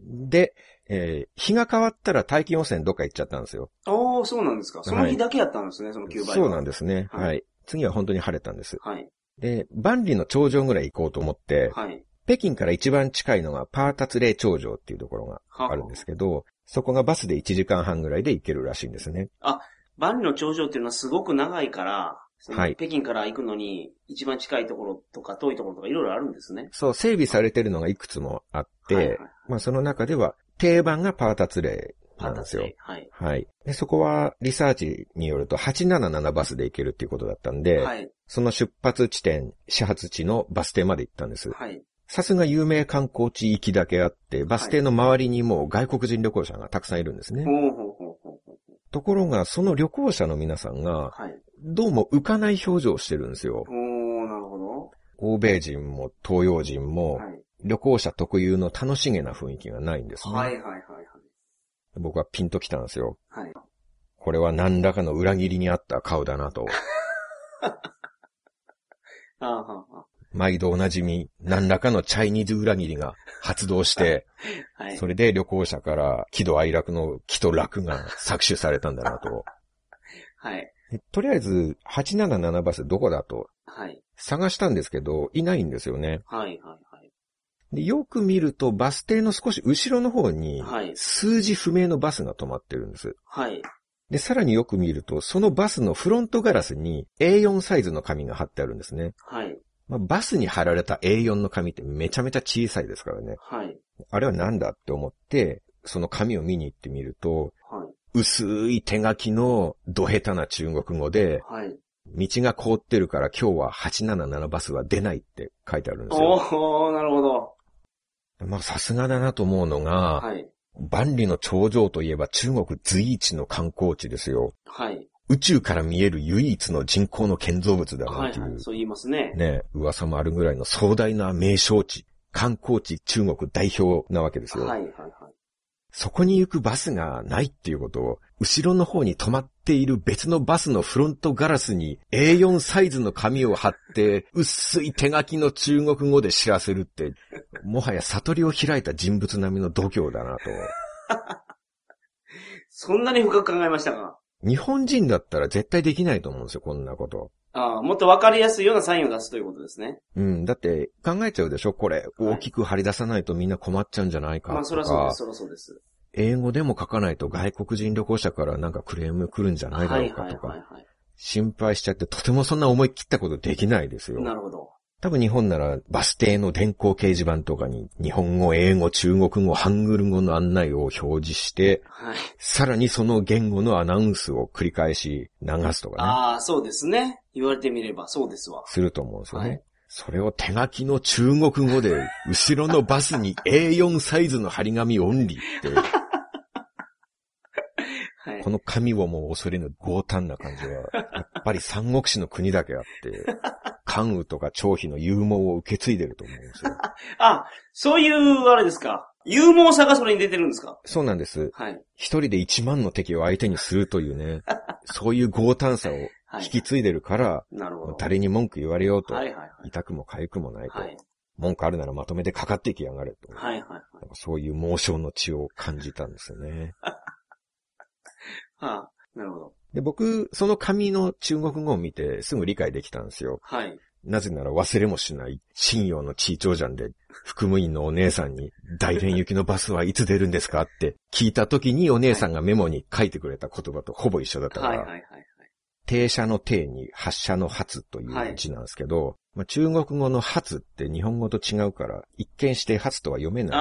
S1: で、えー日が変わったら大気温泉どっか行っちゃったんですよ。
S2: おー、そうなんですか。その日だけやったんですね、その9倍。
S1: そうなんですね。
S2: はい
S1: はい。次は本当に晴れたんです。
S2: はい。
S1: で、万里の頂上ぐらい行こうと思って、
S2: はい。
S1: 北京から一番近いのがパータツレイ頂上っていうところが
S2: は
S1: あるんですけど、そこがバスで1時間半ぐらいで行けるらしいんですね。
S2: 万里の頂上っていうのはすごく長いから、その
S1: はい
S2: 北京から行くのに、一番近いところとか遠いところとかいろいろあるんですね。
S1: そう、整備されてるのがいくつもあって、
S2: はいはい、
S1: まあその中では定番がパータツレイなんですよ。
S2: はい。
S1: はい。で、そこはリサーチによると877バスで行けるっていうことだったんで、
S2: はい。
S1: その出発地点、始発地のバス停まで行ったんです。
S2: はい。
S1: さすが有名観光地行きだけあって、バス停の周りにもう外国人旅行者がたくさんいるんですね。
S2: ほうほうほうほうほう。
S1: ところが、その旅行者の皆さんが、
S2: はい。
S1: どうも浮かない表情をしてるんですよ
S2: お。ー、なるほ
S1: 欧米人も東洋人
S2: ど。
S1: も、
S2: はい。
S1: 旅行者特有の楽しげな雰囲気がないんですね。
S2: はいはいはいはい。
S1: 僕はピンときたんですよ。
S2: はい。
S1: これは何らかの裏切りにあった顔だな と。
S2: あーはーは
S1: 毎度おなじみ、何らかのチャイニーズ裏切りが発動して、
S2: ーはい。
S1: それで旅行者から喜怒哀楽の喜と楽が搾取されたんだなと。
S2: はい。
S1: でとりあえず、877バスどこだと
S2: はい。
S1: 探したんですけど、いないんですよね。
S2: はいはい
S1: で、よく見るとバス停の少し後ろの方に、
S2: はい。はい。
S1: 数字不明のバスが止まってるんです。
S2: はい。
S1: で、さらによく見ると、そのバスのフロントガラスに A4 サイズの紙が貼ってあるんですね。
S2: はい。
S1: まあ、バスに貼られた A4 の紙ってめちゃめちゃ小さいですからね。
S2: はい。
S1: あれはなんだって思って、その紙を見に行ってみると、
S2: はい。
S1: 薄い手書きのド下手な中国語で、
S2: はい。
S1: 道が凍ってるから今日は877バスは出ないって書いてあるんです
S2: お
S1: よ。
S2: ー、なるほど。
S1: まあさすがだなと思うのが、
S2: はい。
S1: 万里の頂上といえば中国随一の観光地ですよ。
S2: はい。
S1: 宇宙から見える唯一の人工の建造物だ
S2: は
S1: ないってい
S2: は
S1: う
S2: い。、そう言いますね。
S1: ね、噂もあるぐらいの壮大な名勝地、観光地中国代表なわけですよ。
S2: はいはいはい。
S1: そこに行くバスがないっていうことを、後ろの方に止まっている別のバスのフロントガラスに A4 サイズの紙を貼って、薄い手書きの中国語で知らせるって、もはや悟りを開いた人物並みの度胸だなと。
S2: そんなに深く考えましたか
S1: 日本人だったら絶対できないと思うんですよ、こんなこと。
S2: ああ、もっとわかりやすいようなサインを出すということですね。
S1: うん、だって考えちゃうでしょこれ、大きく貼り出さないとみんな困っちゃうんじゃないかとか。
S2: まあ、そりゃそうです、そりゃそうです。
S1: 英語でも書かないと外国人旅行者からなんかクレーム来るんじゃないだろうかと
S2: はい
S1: か、
S2: はい。
S1: 心配しちゃってとてもそんな思い切ったことできないです
S2: な
S1: よ。
S2: るほど。
S1: 多分日本ならバス停の電光掲示板とかに日本語、英語、中国語、ハングル語の案内を表示して、
S2: はい。
S1: さらにその言語のアナウンスを繰り返し流すとかね、
S2: ああ、そうですね。言われてみれば、そうですわ。
S1: すると思うんですよね。
S2: はい
S1: それを手書きの中国語で、 後ろのバスに A4 サイズの張り紙オンリーって、
S2: はい
S1: こ。の神をも恐れぬ強胆な感じは、やっぱり三国志の国だけあって、関羽とか張飛の勇猛を受け継いでると思うんですよ。
S2: あ、そういう、あれですか。勇猛さがそれに出てるんですか
S1: そうなんです。
S2: はい。
S1: 一人で一万の敵を相手にするというね、そういう強胆さを
S2: は
S1: 引き
S2: い。
S1: 継いでるから、
S2: なるほど。
S1: 誰に文句言われようと
S2: は、いはいはい。
S1: 痛くも痒くもないと
S2: は、い。
S1: 文句あるならまとめてかかってきやがれと、
S2: はいはいはい。
S1: なんかそういう猛将の血を感じたんですよね。
S2: はあ、なるほど。
S1: で、僕、その紙の中国語を見てすぐ理解できたんですよ。
S2: はい。
S1: なぜなら忘れもしない、信用の地位長者で、副務員のお姉さんに、大連行きのバスはいつ出るんですかって聞いた時にお姉さんがメモに書いてくれた言葉とほぼ一緒だったか
S2: はいはい
S1: ら、
S2: はい。
S1: 停車の停に発車の発という字なんですけど、まあ、中国語の発って日本語と違うから、一見して発とは読めないんで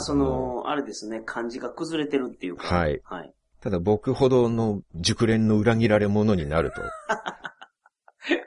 S1: すけれども
S2: ああ、そ、の、あれですね。漢字が崩れてるっていうか。
S1: はい。
S2: はい。
S1: ただ僕ほどの熟練の裏切られ者になると、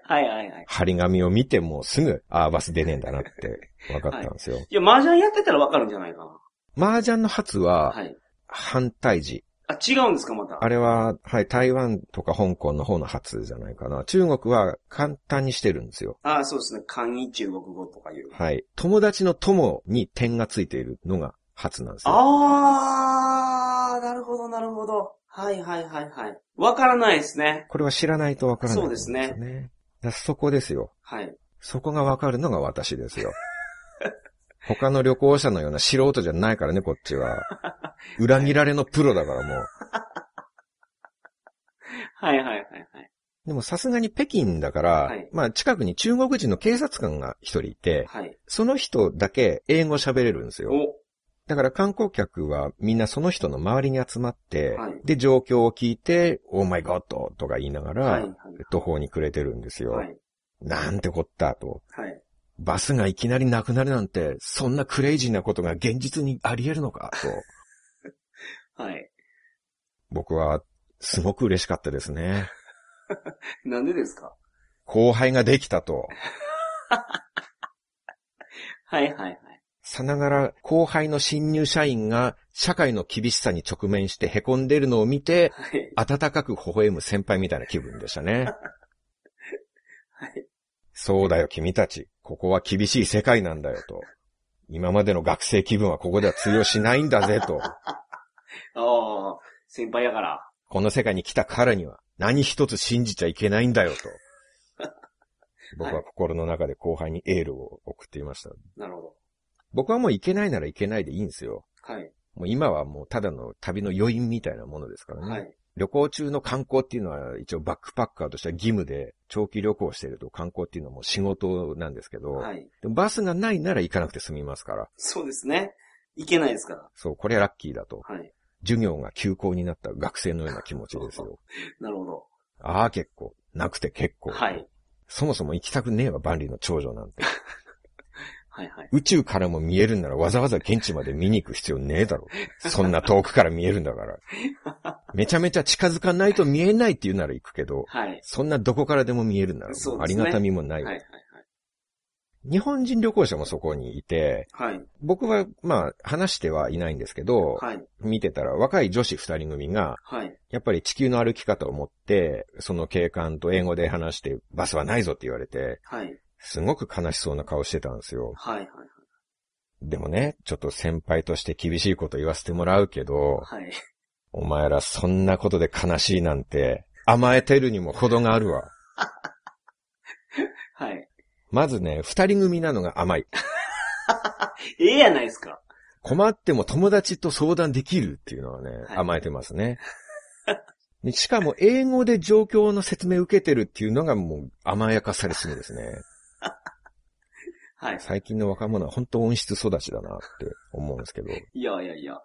S2: はいはいはい。
S1: 張り紙を見てもすぐ、ああ、バス出ねえんだなって分かったんですよ。
S2: いや、麻雀やってたらわかるんじゃないか
S1: 麻雀の発
S2: な。
S1: は、
S2: はい。
S1: 反対字。
S2: あ、違うんですか、また。
S1: あれは、はい、台湾とか香港の方の発じゃないかな。中国は簡単にしてるんですよ。
S2: ああ、そうですね。漢意中国語とかいう。
S1: はい。友達の友に点がついているのが発なんですよ。
S2: ああ、なるほど、なるほど。はいはいはいはい。わからないですね。
S1: これは知らないとわからない、
S2: そうです
S1: で
S2: ね
S1: すよね。だからそこですよ。
S2: はい。
S1: そこがわかるのが私ですよ。 他の旅行者のような素人じゃないからね、こっち は。裏切られのプロだからもう。
S2: はいはいはいはい。
S1: でもさすがに北京だから、
S2: はい
S1: まあ近くに中国人の警察官が一人いて、
S2: はい。
S1: その人だけ英語喋れるんですよ。
S2: お、
S1: だから観光客はみんなその人の周りに集まって、
S2: はい
S1: で状況を聞いて、オーマイゴッドとか言いながら、
S2: はいはい。
S1: 途方に暮れてるんですよ。
S2: はい。
S1: なんてこったと。
S2: はい。
S1: バスがいきなりなくなるなんて、そんなクレイジーなことが現実にあり得るのかと。
S2: はい。
S1: 僕は、すごく嬉しかったですね。
S2: なんでですか
S1: 後輩ができたと。
S2: はいはいはい。
S1: さながら、後輩の新入社員が社会の厳しさに直面して凹んでるのを見て、
S2: はい。
S1: 温かく微笑む先輩みたいな気分でしたね。
S2: はい。
S1: そうだよ、君たち。ここは厳しい世界なんだよ、と。今までの学生気分はここでは通用しないんだぜ、と。
S2: ああ、先輩やから。
S1: この世界に来たからには何一つ信じちゃいけないんだよ、と。 僕は心の中で後輩にエールを送っていました。
S2: なるほど。
S1: 僕はもう行けないなら行けないでいいんですよ。
S2: はい。
S1: もう今はもうただの旅の余韻みたいなものですからね。
S2: はい。
S1: 旅行中の観光っていうのは一応バックパッカーとしては義務で、長期旅行してると観光っていうのはもう仕事なんですけど、
S2: はい。
S1: でもバスがないなら行かなくて済みますから、
S2: そうですね。いけないですから。
S1: そう、これはラッキーだと。
S2: はい。
S1: 授業が休校になった学生のような気持ちです よ。
S2: なるほど。
S1: ああ、結構。なくて結構。
S2: はい。
S1: そもそも行きたくねえわ、万里の長女なんて。
S2: はいはい。
S1: 宇宙からも見えるんならわざわざ現地まで見に行く必要ねえだろ。そんな遠くから見えるんだから。めちゃめちゃ近づかないと見えないって言うなら行くけど、
S2: はい。
S1: そんなどこからでも見えるんなら、
S2: そう
S1: あ
S2: です
S1: り
S2: ね
S1: がたみもない、
S2: はいはい
S1: 日本人旅行者もそこにいて、
S2: はい。はい。
S1: 僕はまあ話してはいないんですけど、
S2: はい。
S1: 見てたら若い女子二人組が、
S2: はい。
S1: やっぱり地球の歩き方を持って、その警官と英語で話して、バスはないぞって言われて、
S2: はい。
S1: すごく悲しそうな顔してたんですよ。
S2: はい。はい。
S1: でもね、ちょっと先輩として厳しいこと言わせてもらうけど、
S2: はい。
S1: お前らそんなことで悲しいなんて、甘えてるにも程があるわ。
S2: はい。
S1: まずね、二人組なのが甘い。
S2: ええやないですか。
S1: 困っても友達と相談できるっていうのはね、
S2: はい
S1: 甘えてますね。でしかも、英語で状況の説明受けてるっていうのがもう甘やかされすぎですね。
S2: はい。
S1: 最近の若者は本当音質育ちだなって思うんですけど。
S2: いやいやいや。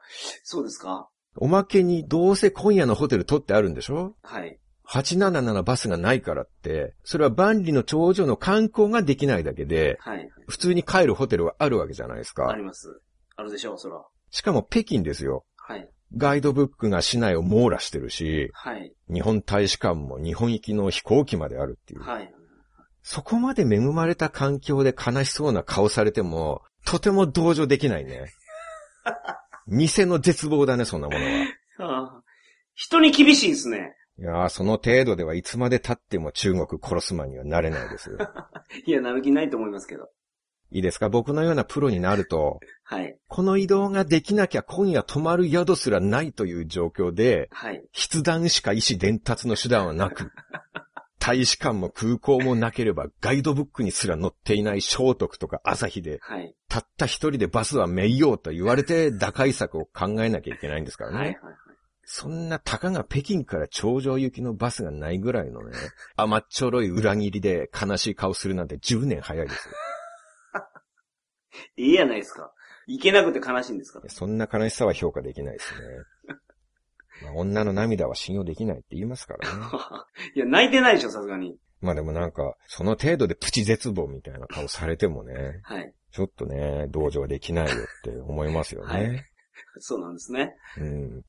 S2: そうですか
S1: おまけに、どうせ今夜のホテル取ってあるんでしょ
S2: はい。
S1: 877バスがないからって、それは万里の長女の観光ができないだけで、
S2: はい。
S1: 普通に帰るホテルはあるわけじゃないです
S2: あ
S1: か
S2: り。ます。あるでしょう、そら。
S1: しかも北京ですよ。
S2: はい。
S1: ガイドブックが市内を網羅してるし、
S2: はい。
S1: 日本大使館も日本行きの飛行機まであるっていう。
S2: はい。
S1: そこまで恵まれた環境で悲しそうな顔されても、とても同情できないね。偽の絶望だね、そんなものは。 い
S2: ああ。人に厳しいですね。
S1: やー、その程度ではいつまで経っても中国殺すまにはなれないですよ。
S2: いや、なる気ないと思いますけど。
S1: いいですか僕のようなプロになると、
S2: はい。
S1: この移動ができなきゃ今夜泊まる宿すらないという状況で、
S2: はい。
S1: 筆談しか意思伝達の手段はな く、大使館も空港もなければガイドブックにすら載っていない聖徳とか朝日で、
S2: はい。
S1: たった一人でバスはめいようと言われて打開策を考えなきゃいけないんですからね。
S2: はい。はい。
S1: そんなたかが北京から頂上行きのバスがないぐらいのね、甘っちょろい裏切りで悲しい顔するなんて10年早いですよ。
S2: ええやないですか。いけなくて悲しいんですか
S1: いやそんな悲しさは評価できないですね。まあ、女の涙は信用できないって言いますから ね。
S2: いや、泣いてないでしょ、さすがに。
S1: まあでもなんか、その程度でプチ絶望みたいな顔されてもね、
S2: はい。
S1: ちょっとね、同情できないよって思いますよね。
S2: はいそうなんですね。
S1: うん。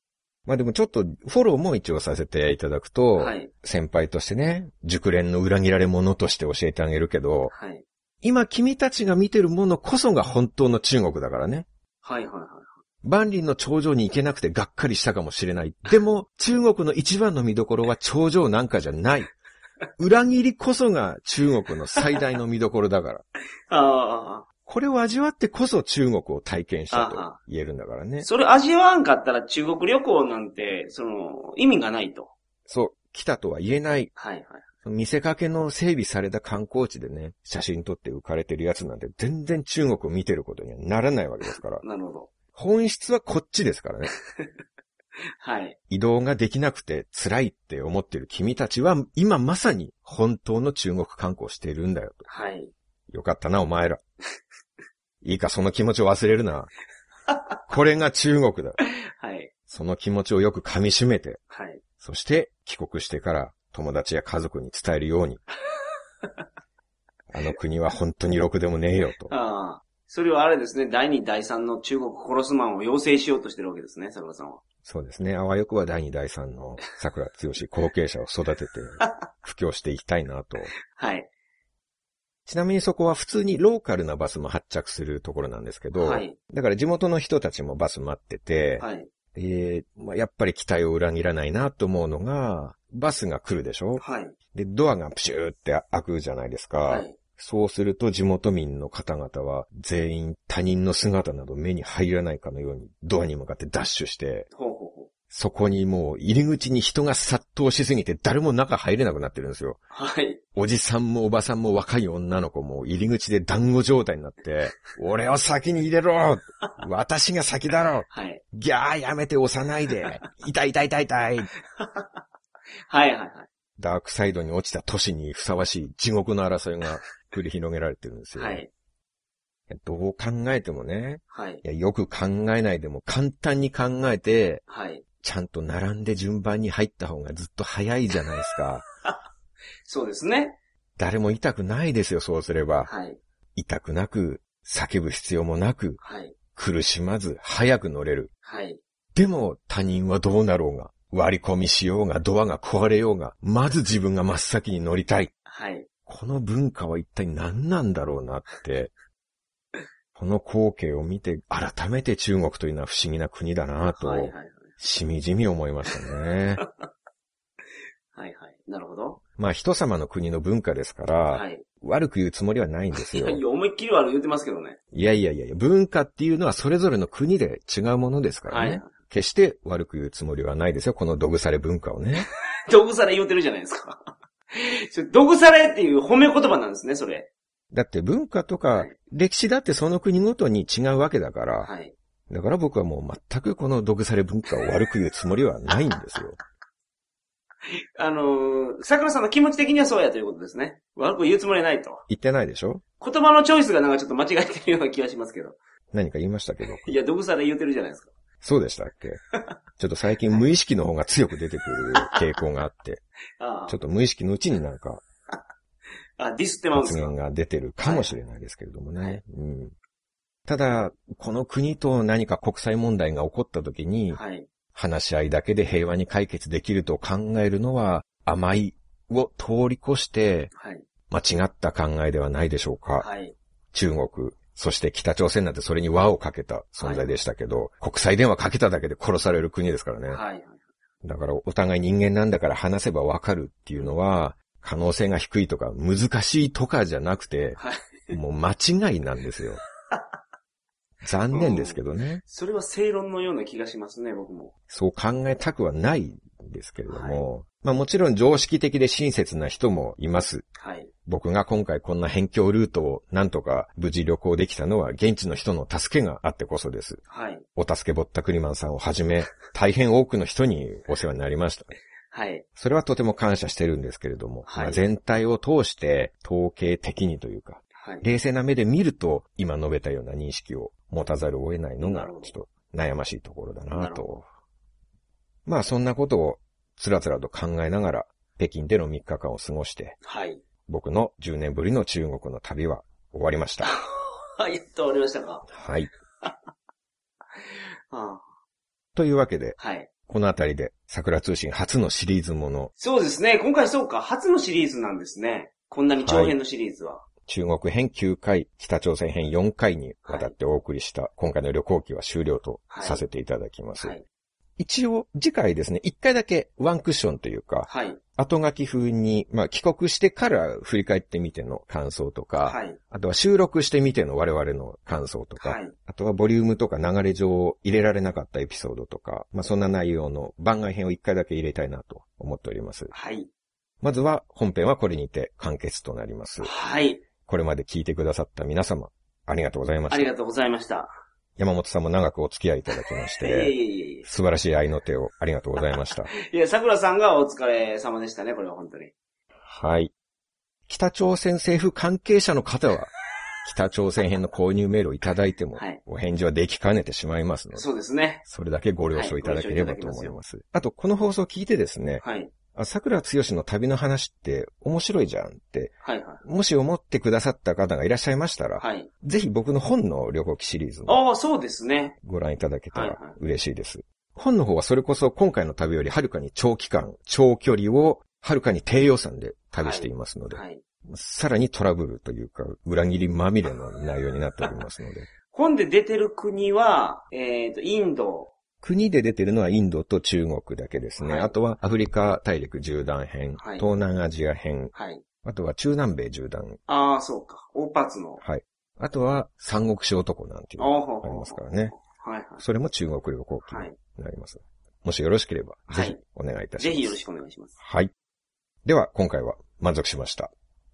S1: まあでもちょっとフォローも一応させていただくと、
S2: はい。
S1: 先輩としてね、熟練の裏切られ者として教えてあげるけど、
S2: はい。
S1: 今君たちが見てるものこそが本当の中国だからね。
S2: はいはいはい。
S1: 万里の頂上に行けなくてがっかりしたかもしれない。でも、中国の一番の見どころは頂上なんかじゃない。裏切りこそが中国の最大の見どころだから。
S2: あ
S1: これを味わってこそ中国を体験した
S2: あ
S1: と
S2: は
S1: 言えるんだから
S2: あ。
S1: ね。
S2: それ味わわんかったら中国旅行なんて、その、意味がないと。
S1: そう、来たとは言えない
S2: はいはい。
S1: 見せかけの整備された観光地でね、写真撮って浮かれてるやつなんて全然中国を見てることにはならないわけですから。
S2: なるほど。
S1: 本質はこっちですからね。
S2: はい。
S1: 移動ができなくて辛いって思ってる君たちは今まさに本当の中国観光してるんだよと。
S2: はい。
S1: よかったな、お前ら。いいか、その気持ちを忘れるな。これが中国だ。
S2: はい。
S1: その気持ちをよく噛み締めて、
S2: はい。
S1: そして帰国してから友達や家族に伝えるように。あの国は本当にろくでもねえよと。
S2: ああ。それはあれですね、第2、第3の中国殺すマンを養成しようとしてるわけですね、桜さんは。
S1: そうですね。あわよくは第2、第3の桜強し後継者を育てて、布教していきたいなと。
S2: はい。
S1: ちなみにそこは普通にローカルなバスも発着するところなんですけど、
S2: はい。
S1: だから地元の人たちもバス待ってて、
S2: はい。
S1: えーまあ、やっぱり期待を裏切らないなと思うのが、バスが来るでしょ
S2: はい。
S1: で、ドアがプシューって開くじゃないですか。
S2: はい。
S1: そうすると地元民の方々は全員他人の姿など目に入らないかのようにドアに向かってダッシュして、
S2: ほうほうほう。
S1: そこにもう入り口に人が殺到しすぎて誰も中入れなくなってるんですよ。
S2: はい。
S1: おじさんもおばさんも若い女の子も入り口で団子状態にな って、俺を先に入れろ私が先だろ
S2: はい。
S1: ギャーやめて押さないで痛い痛い痛い痛い
S2: はいはいはい。
S1: ダークサイドに落ちた都市にふさわしい地獄の争いが繰り広げられてるんですよ。
S2: はいい。
S1: やどう考えてもね、
S2: はい。
S1: いや、よく考えないでも簡単に考えて、
S2: はい。
S1: ちゃんと並んで順番に入った方がずっと早いじゃないですか。
S2: そうですね。
S1: 誰も痛くないですよ、そうすれば。
S2: はい。
S1: 痛くなく、叫ぶ必要もなく、
S2: はい。
S1: 苦しまず、早く乗れる。
S2: はい。
S1: でも、他人はどうなろうが、割り込みしようが、ドアが壊れようが、まず自分が真っ先に乗りたい。
S2: はい。
S1: この文化は一体何なんだろうなって、この光景を見て、改めて中国というのは不思議な国だな
S2: はい。はい
S1: と、。しみじみ思いました ね。
S2: はい。はい。なるほど。
S1: まあ人様の国の文化ですから、
S2: はい。
S1: 悪く言うつもりはないんです
S2: い
S1: よ
S2: や、。いや思いっきり悪い言ってますけどね。
S1: いやいやいやいや、文化っていうのはそれぞれの国で違うものですから
S2: は
S1: ね。
S2: い。
S1: 決して悪く言うつもりはないですよ、この毒され文化を ね。
S2: 毒され言うてるじゃないですか。 それ毒されっていう褒め言葉なんですね、それ。
S1: だって文化とか
S2: はい
S1: 歴史だってその国ごとに違うわけだから、
S2: はい。
S1: だから僕はもう全くこの毒され文化を悪く言うつもりはないんですよ。
S2: あのー、桜さんの気持ち的にはそうやということですね。悪く言うつもりはないと。
S1: 言ってないでしょ
S2: 言葉のチョイスがなんかちょっと間違えてるような気がしますけど。
S1: 何か言いましたけど。
S2: いや、毒され言うてるじゃないですか。
S1: そうでしたっけちょっと最近無意識の方が強く出てくる傾向があって、
S2: あ
S1: ちょっと無意識のうちになんか
S2: あ。あ、ディスってまうんで
S1: 発
S2: すか
S1: 言。が出てるかもしれないですけれどもね。
S2: はい
S1: うん、ただ、この国と何か国際問題が起こった時に、
S2: はい。
S1: 話し合いだけで平和に解決できると考えるのは甘いを通り越して
S2: はい。
S1: 間違った考えではないでしょうか。
S2: はい。
S1: 中国、そして北朝鮮なんてそれに輪をかけた存在でしたけど、国際電話かけただけで殺される国ですからね。
S2: はい。
S1: だからお互い人間なんだから話せばわかるっていうのは、可能性が低いとか難しいとかじゃなくて、
S2: は
S1: もう間違いなんです よ。残念ですけどね。
S2: それは正論のような気がしますね、僕も。
S1: そう考えたくはないんですけれども、まあもちろん常識的で親切な人もいます。
S2: はい。
S1: 僕が今回こんな辺境ルートをなんとか無事旅行できたのは現地の人の助けがあってこそです。
S2: はい。
S1: お助けぼったくりマンさんをはじ め、大変多くの人にお世話になりました。
S2: はい。
S1: それはとても感謝してるんですけれども、
S2: はい
S1: まあ全体を通して統計的にというか、
S2: はい。
S1: 冷静な目で見ると、今述べたような認識を持たざるを得ないの
S2: な
S1: が
S2: るほ、ど
S1: ちょっと悩ましいところだ
S2: な
S1: な
S2: る
S1: と。まあそんなことをつらつらと考えながら、北京での3日間を過ごして、
S2: はい。
S1: 僕の10年ぶりの中国の旅は終わりま した。
S2: はい。やっと終わりましたか。
S1: はい。
S2: あ
S1: というわけで、
S2: あはい。
S1: このあたりで桜通信初のシリーズもの
S2: そうですね。今回そうか。初のシリーズなんですね。こんなに長編のシリーズは。
S1: 中国編9回、北朝鮮編4回にわたってお送りした、今回の旅行記は終了とさせていただきます。
S2: はい。
S1: 一応、次回ですね、1回だけワンクッションというか、
S2: はい。
S1: 後書き風に、まあ、帰国してから振り返ってみての感想とか、
S2: はい。
S1: あとは収録してみての我々の感想とか、
S2: はい。
S1: あとはボリュームとか流れ上入れられなかったエピソードとか、まあ、そんな内容の番外編を1回だけ入れたいなと思っております。
S2: はい。
S1: まずは本編はこれにて完結となります。
S2: はい。
S1: これまで聞いてくださった皆様、ありがとうございま
S2: あ
S1: し
S2: り
S1: た。
S2: がとうございました。
S1: 山本さんも長くお付き合いいただきまし
S2: いや
S1: て、
S2: いやいやいや
S1: 素晴らしい愛の手をありがとうございま した。
S2: いや、桜さんがお疲れ様でしたね、これは本当に。
S1: はい。北朝鮮政府関係者の方は、北朝鮮編の購入メールをいただいても
S2: はい、
S1: お返事はできかねてしまいますので、
S2: そうですね。
S1: それだけご了承いただければと思います。あと、この放送を聞いてですね、
S2: はい。
S1: あ桜つよしの旅の話って面白いじゃんって、
S2: はいは
S1: もし思ってくださった方がいらっしゃいましたら、
S2: い。はい。
S1: ぜひ僕の本の旅行記シリーズも
S2: ああ、そうですね。
S1: ご覧いただけたら
S2: はいはい
S1: 嬉しいです。本の方はそれこそ今回の旅よりはるかに長期間、長距離をはるかに低予算で旅していますので、
S2: はい。
S1: さらにトラブルというか、裏切りまみれの内容になっておりますので、
S2: 本で出てる国は、えっ、と、インド。
S1: 国で出てるのはインドと中国だけですね。
S2: はい
S1: あとはアフリカ大陸縦断編、
S2: はい
S1: 東南アジア編、
S2: はい。
S1: あとは中南米縦断、
S2: ああ、そうか。オーパツの。
S1: はい。あとは三国志男なんていう
S2: あ
S1: の
S2: あ、ほうほう
S1: があり
S2: ほ
S1: ますからね。
S2: う。はい
S1: それも中国旅行記
S2: はい。は
S1: に
S2: い。
S1: なります。もしよろしければ、
S2: は
S1: ぜ
S2: い
S1: ひお願いいたします。
S2: ぜひよろしくお願いします。
S1: はい。では、今回は満足しました。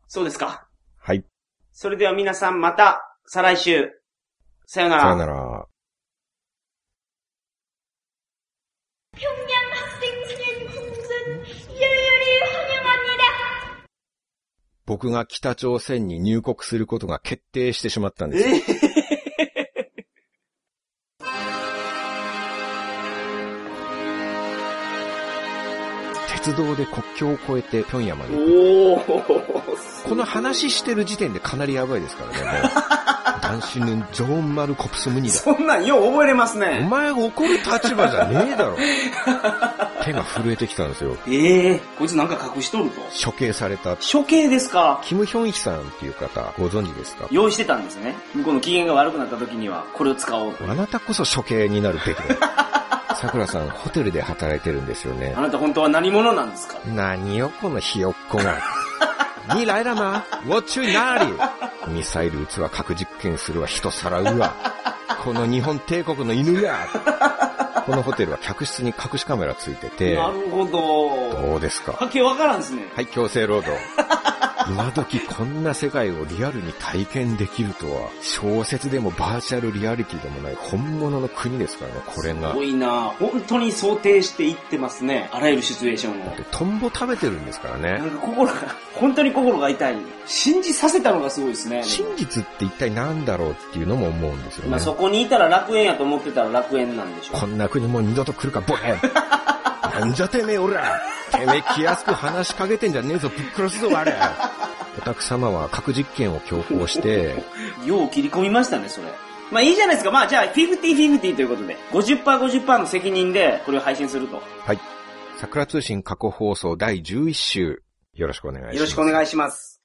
S2: そうですか。
S1: はい。
S2: それでは皆さんまた、再来週。さよなら。
S1: さよなら。
S3: 평양 학생들의 무슨 요요리 환영합니다.
S1: 僕が北朝鮮に入国することが決定してしまったんです。
S2: え
S1: 鉄道で国境を越えて平壌まで行く。
S2: おお。
S1: この話してる時点でかなりやばいですからね、もう。 単身のジョーン・マル・コプス・ムニだ。
S2: そんなんよう覚えれます
S1: お
S2: ね。
S1: 前怒る立場じゃねえだろ。手が震えてきたんですよ。
S2: ええこいつなんか隠しとると。
S1: 処刑された。
S2: 処刑ですか
S1: キム・ヒョンヒさんっていう方、ご存知ですか
S2: 用意してたんですね。向こうの機嫌が悪くなった時には、これを使おうと。
S1: あなたこそ処刑になるべきだ。 桜さん、ホテルで働いてるんですよね
S2: あ。なた本当は何者なんですか
S1: 何よ、このひよっこが。にらいらま、ウォッチュなり。ミサイル撃つわ、核実験するわ、人さらうわ。この日本帝国の犬が。このホテルは客室に隠しカメラついてて、
S2: なるほど。
S1: どうですか
S2: わけわからんですね。
S1: はい、強制労働。今時こんな世界をリアルに体験できるとは、小説でもバーチャルリアリティでもない本物の国ですからね、これが
S2: す。ごいな本当に想定していってますね。あらゆるシチュエーションを
S1: だっ。てトンボ食べてるんですから
S2: な
S1: ね。
S2: んか心が、本当に心が痛い。信じさせたのがすごいですね。
S1: 真実って一体何だろうっていうのも思うんですよね。
S2: まあそこにいたら楽園やと思ってたら楽園なんでしょう。
S1: こんな国もう二度と来るか、ボ ケなんじゃてめえ、おらてめえ、気安く話しかけてんじゃねえぞ、ぶっ殺すぞ、あれお宅様は核実験を強行して、
S2: よう切り込みましたね、それ。まあいいじゃないですか。まあじゃあ、50-50ということで。50%、50%の責任でこれを配信すると。
S1: 桜通信過去放送第11週、よろしくお願いします。
S2: よろしくお願いします。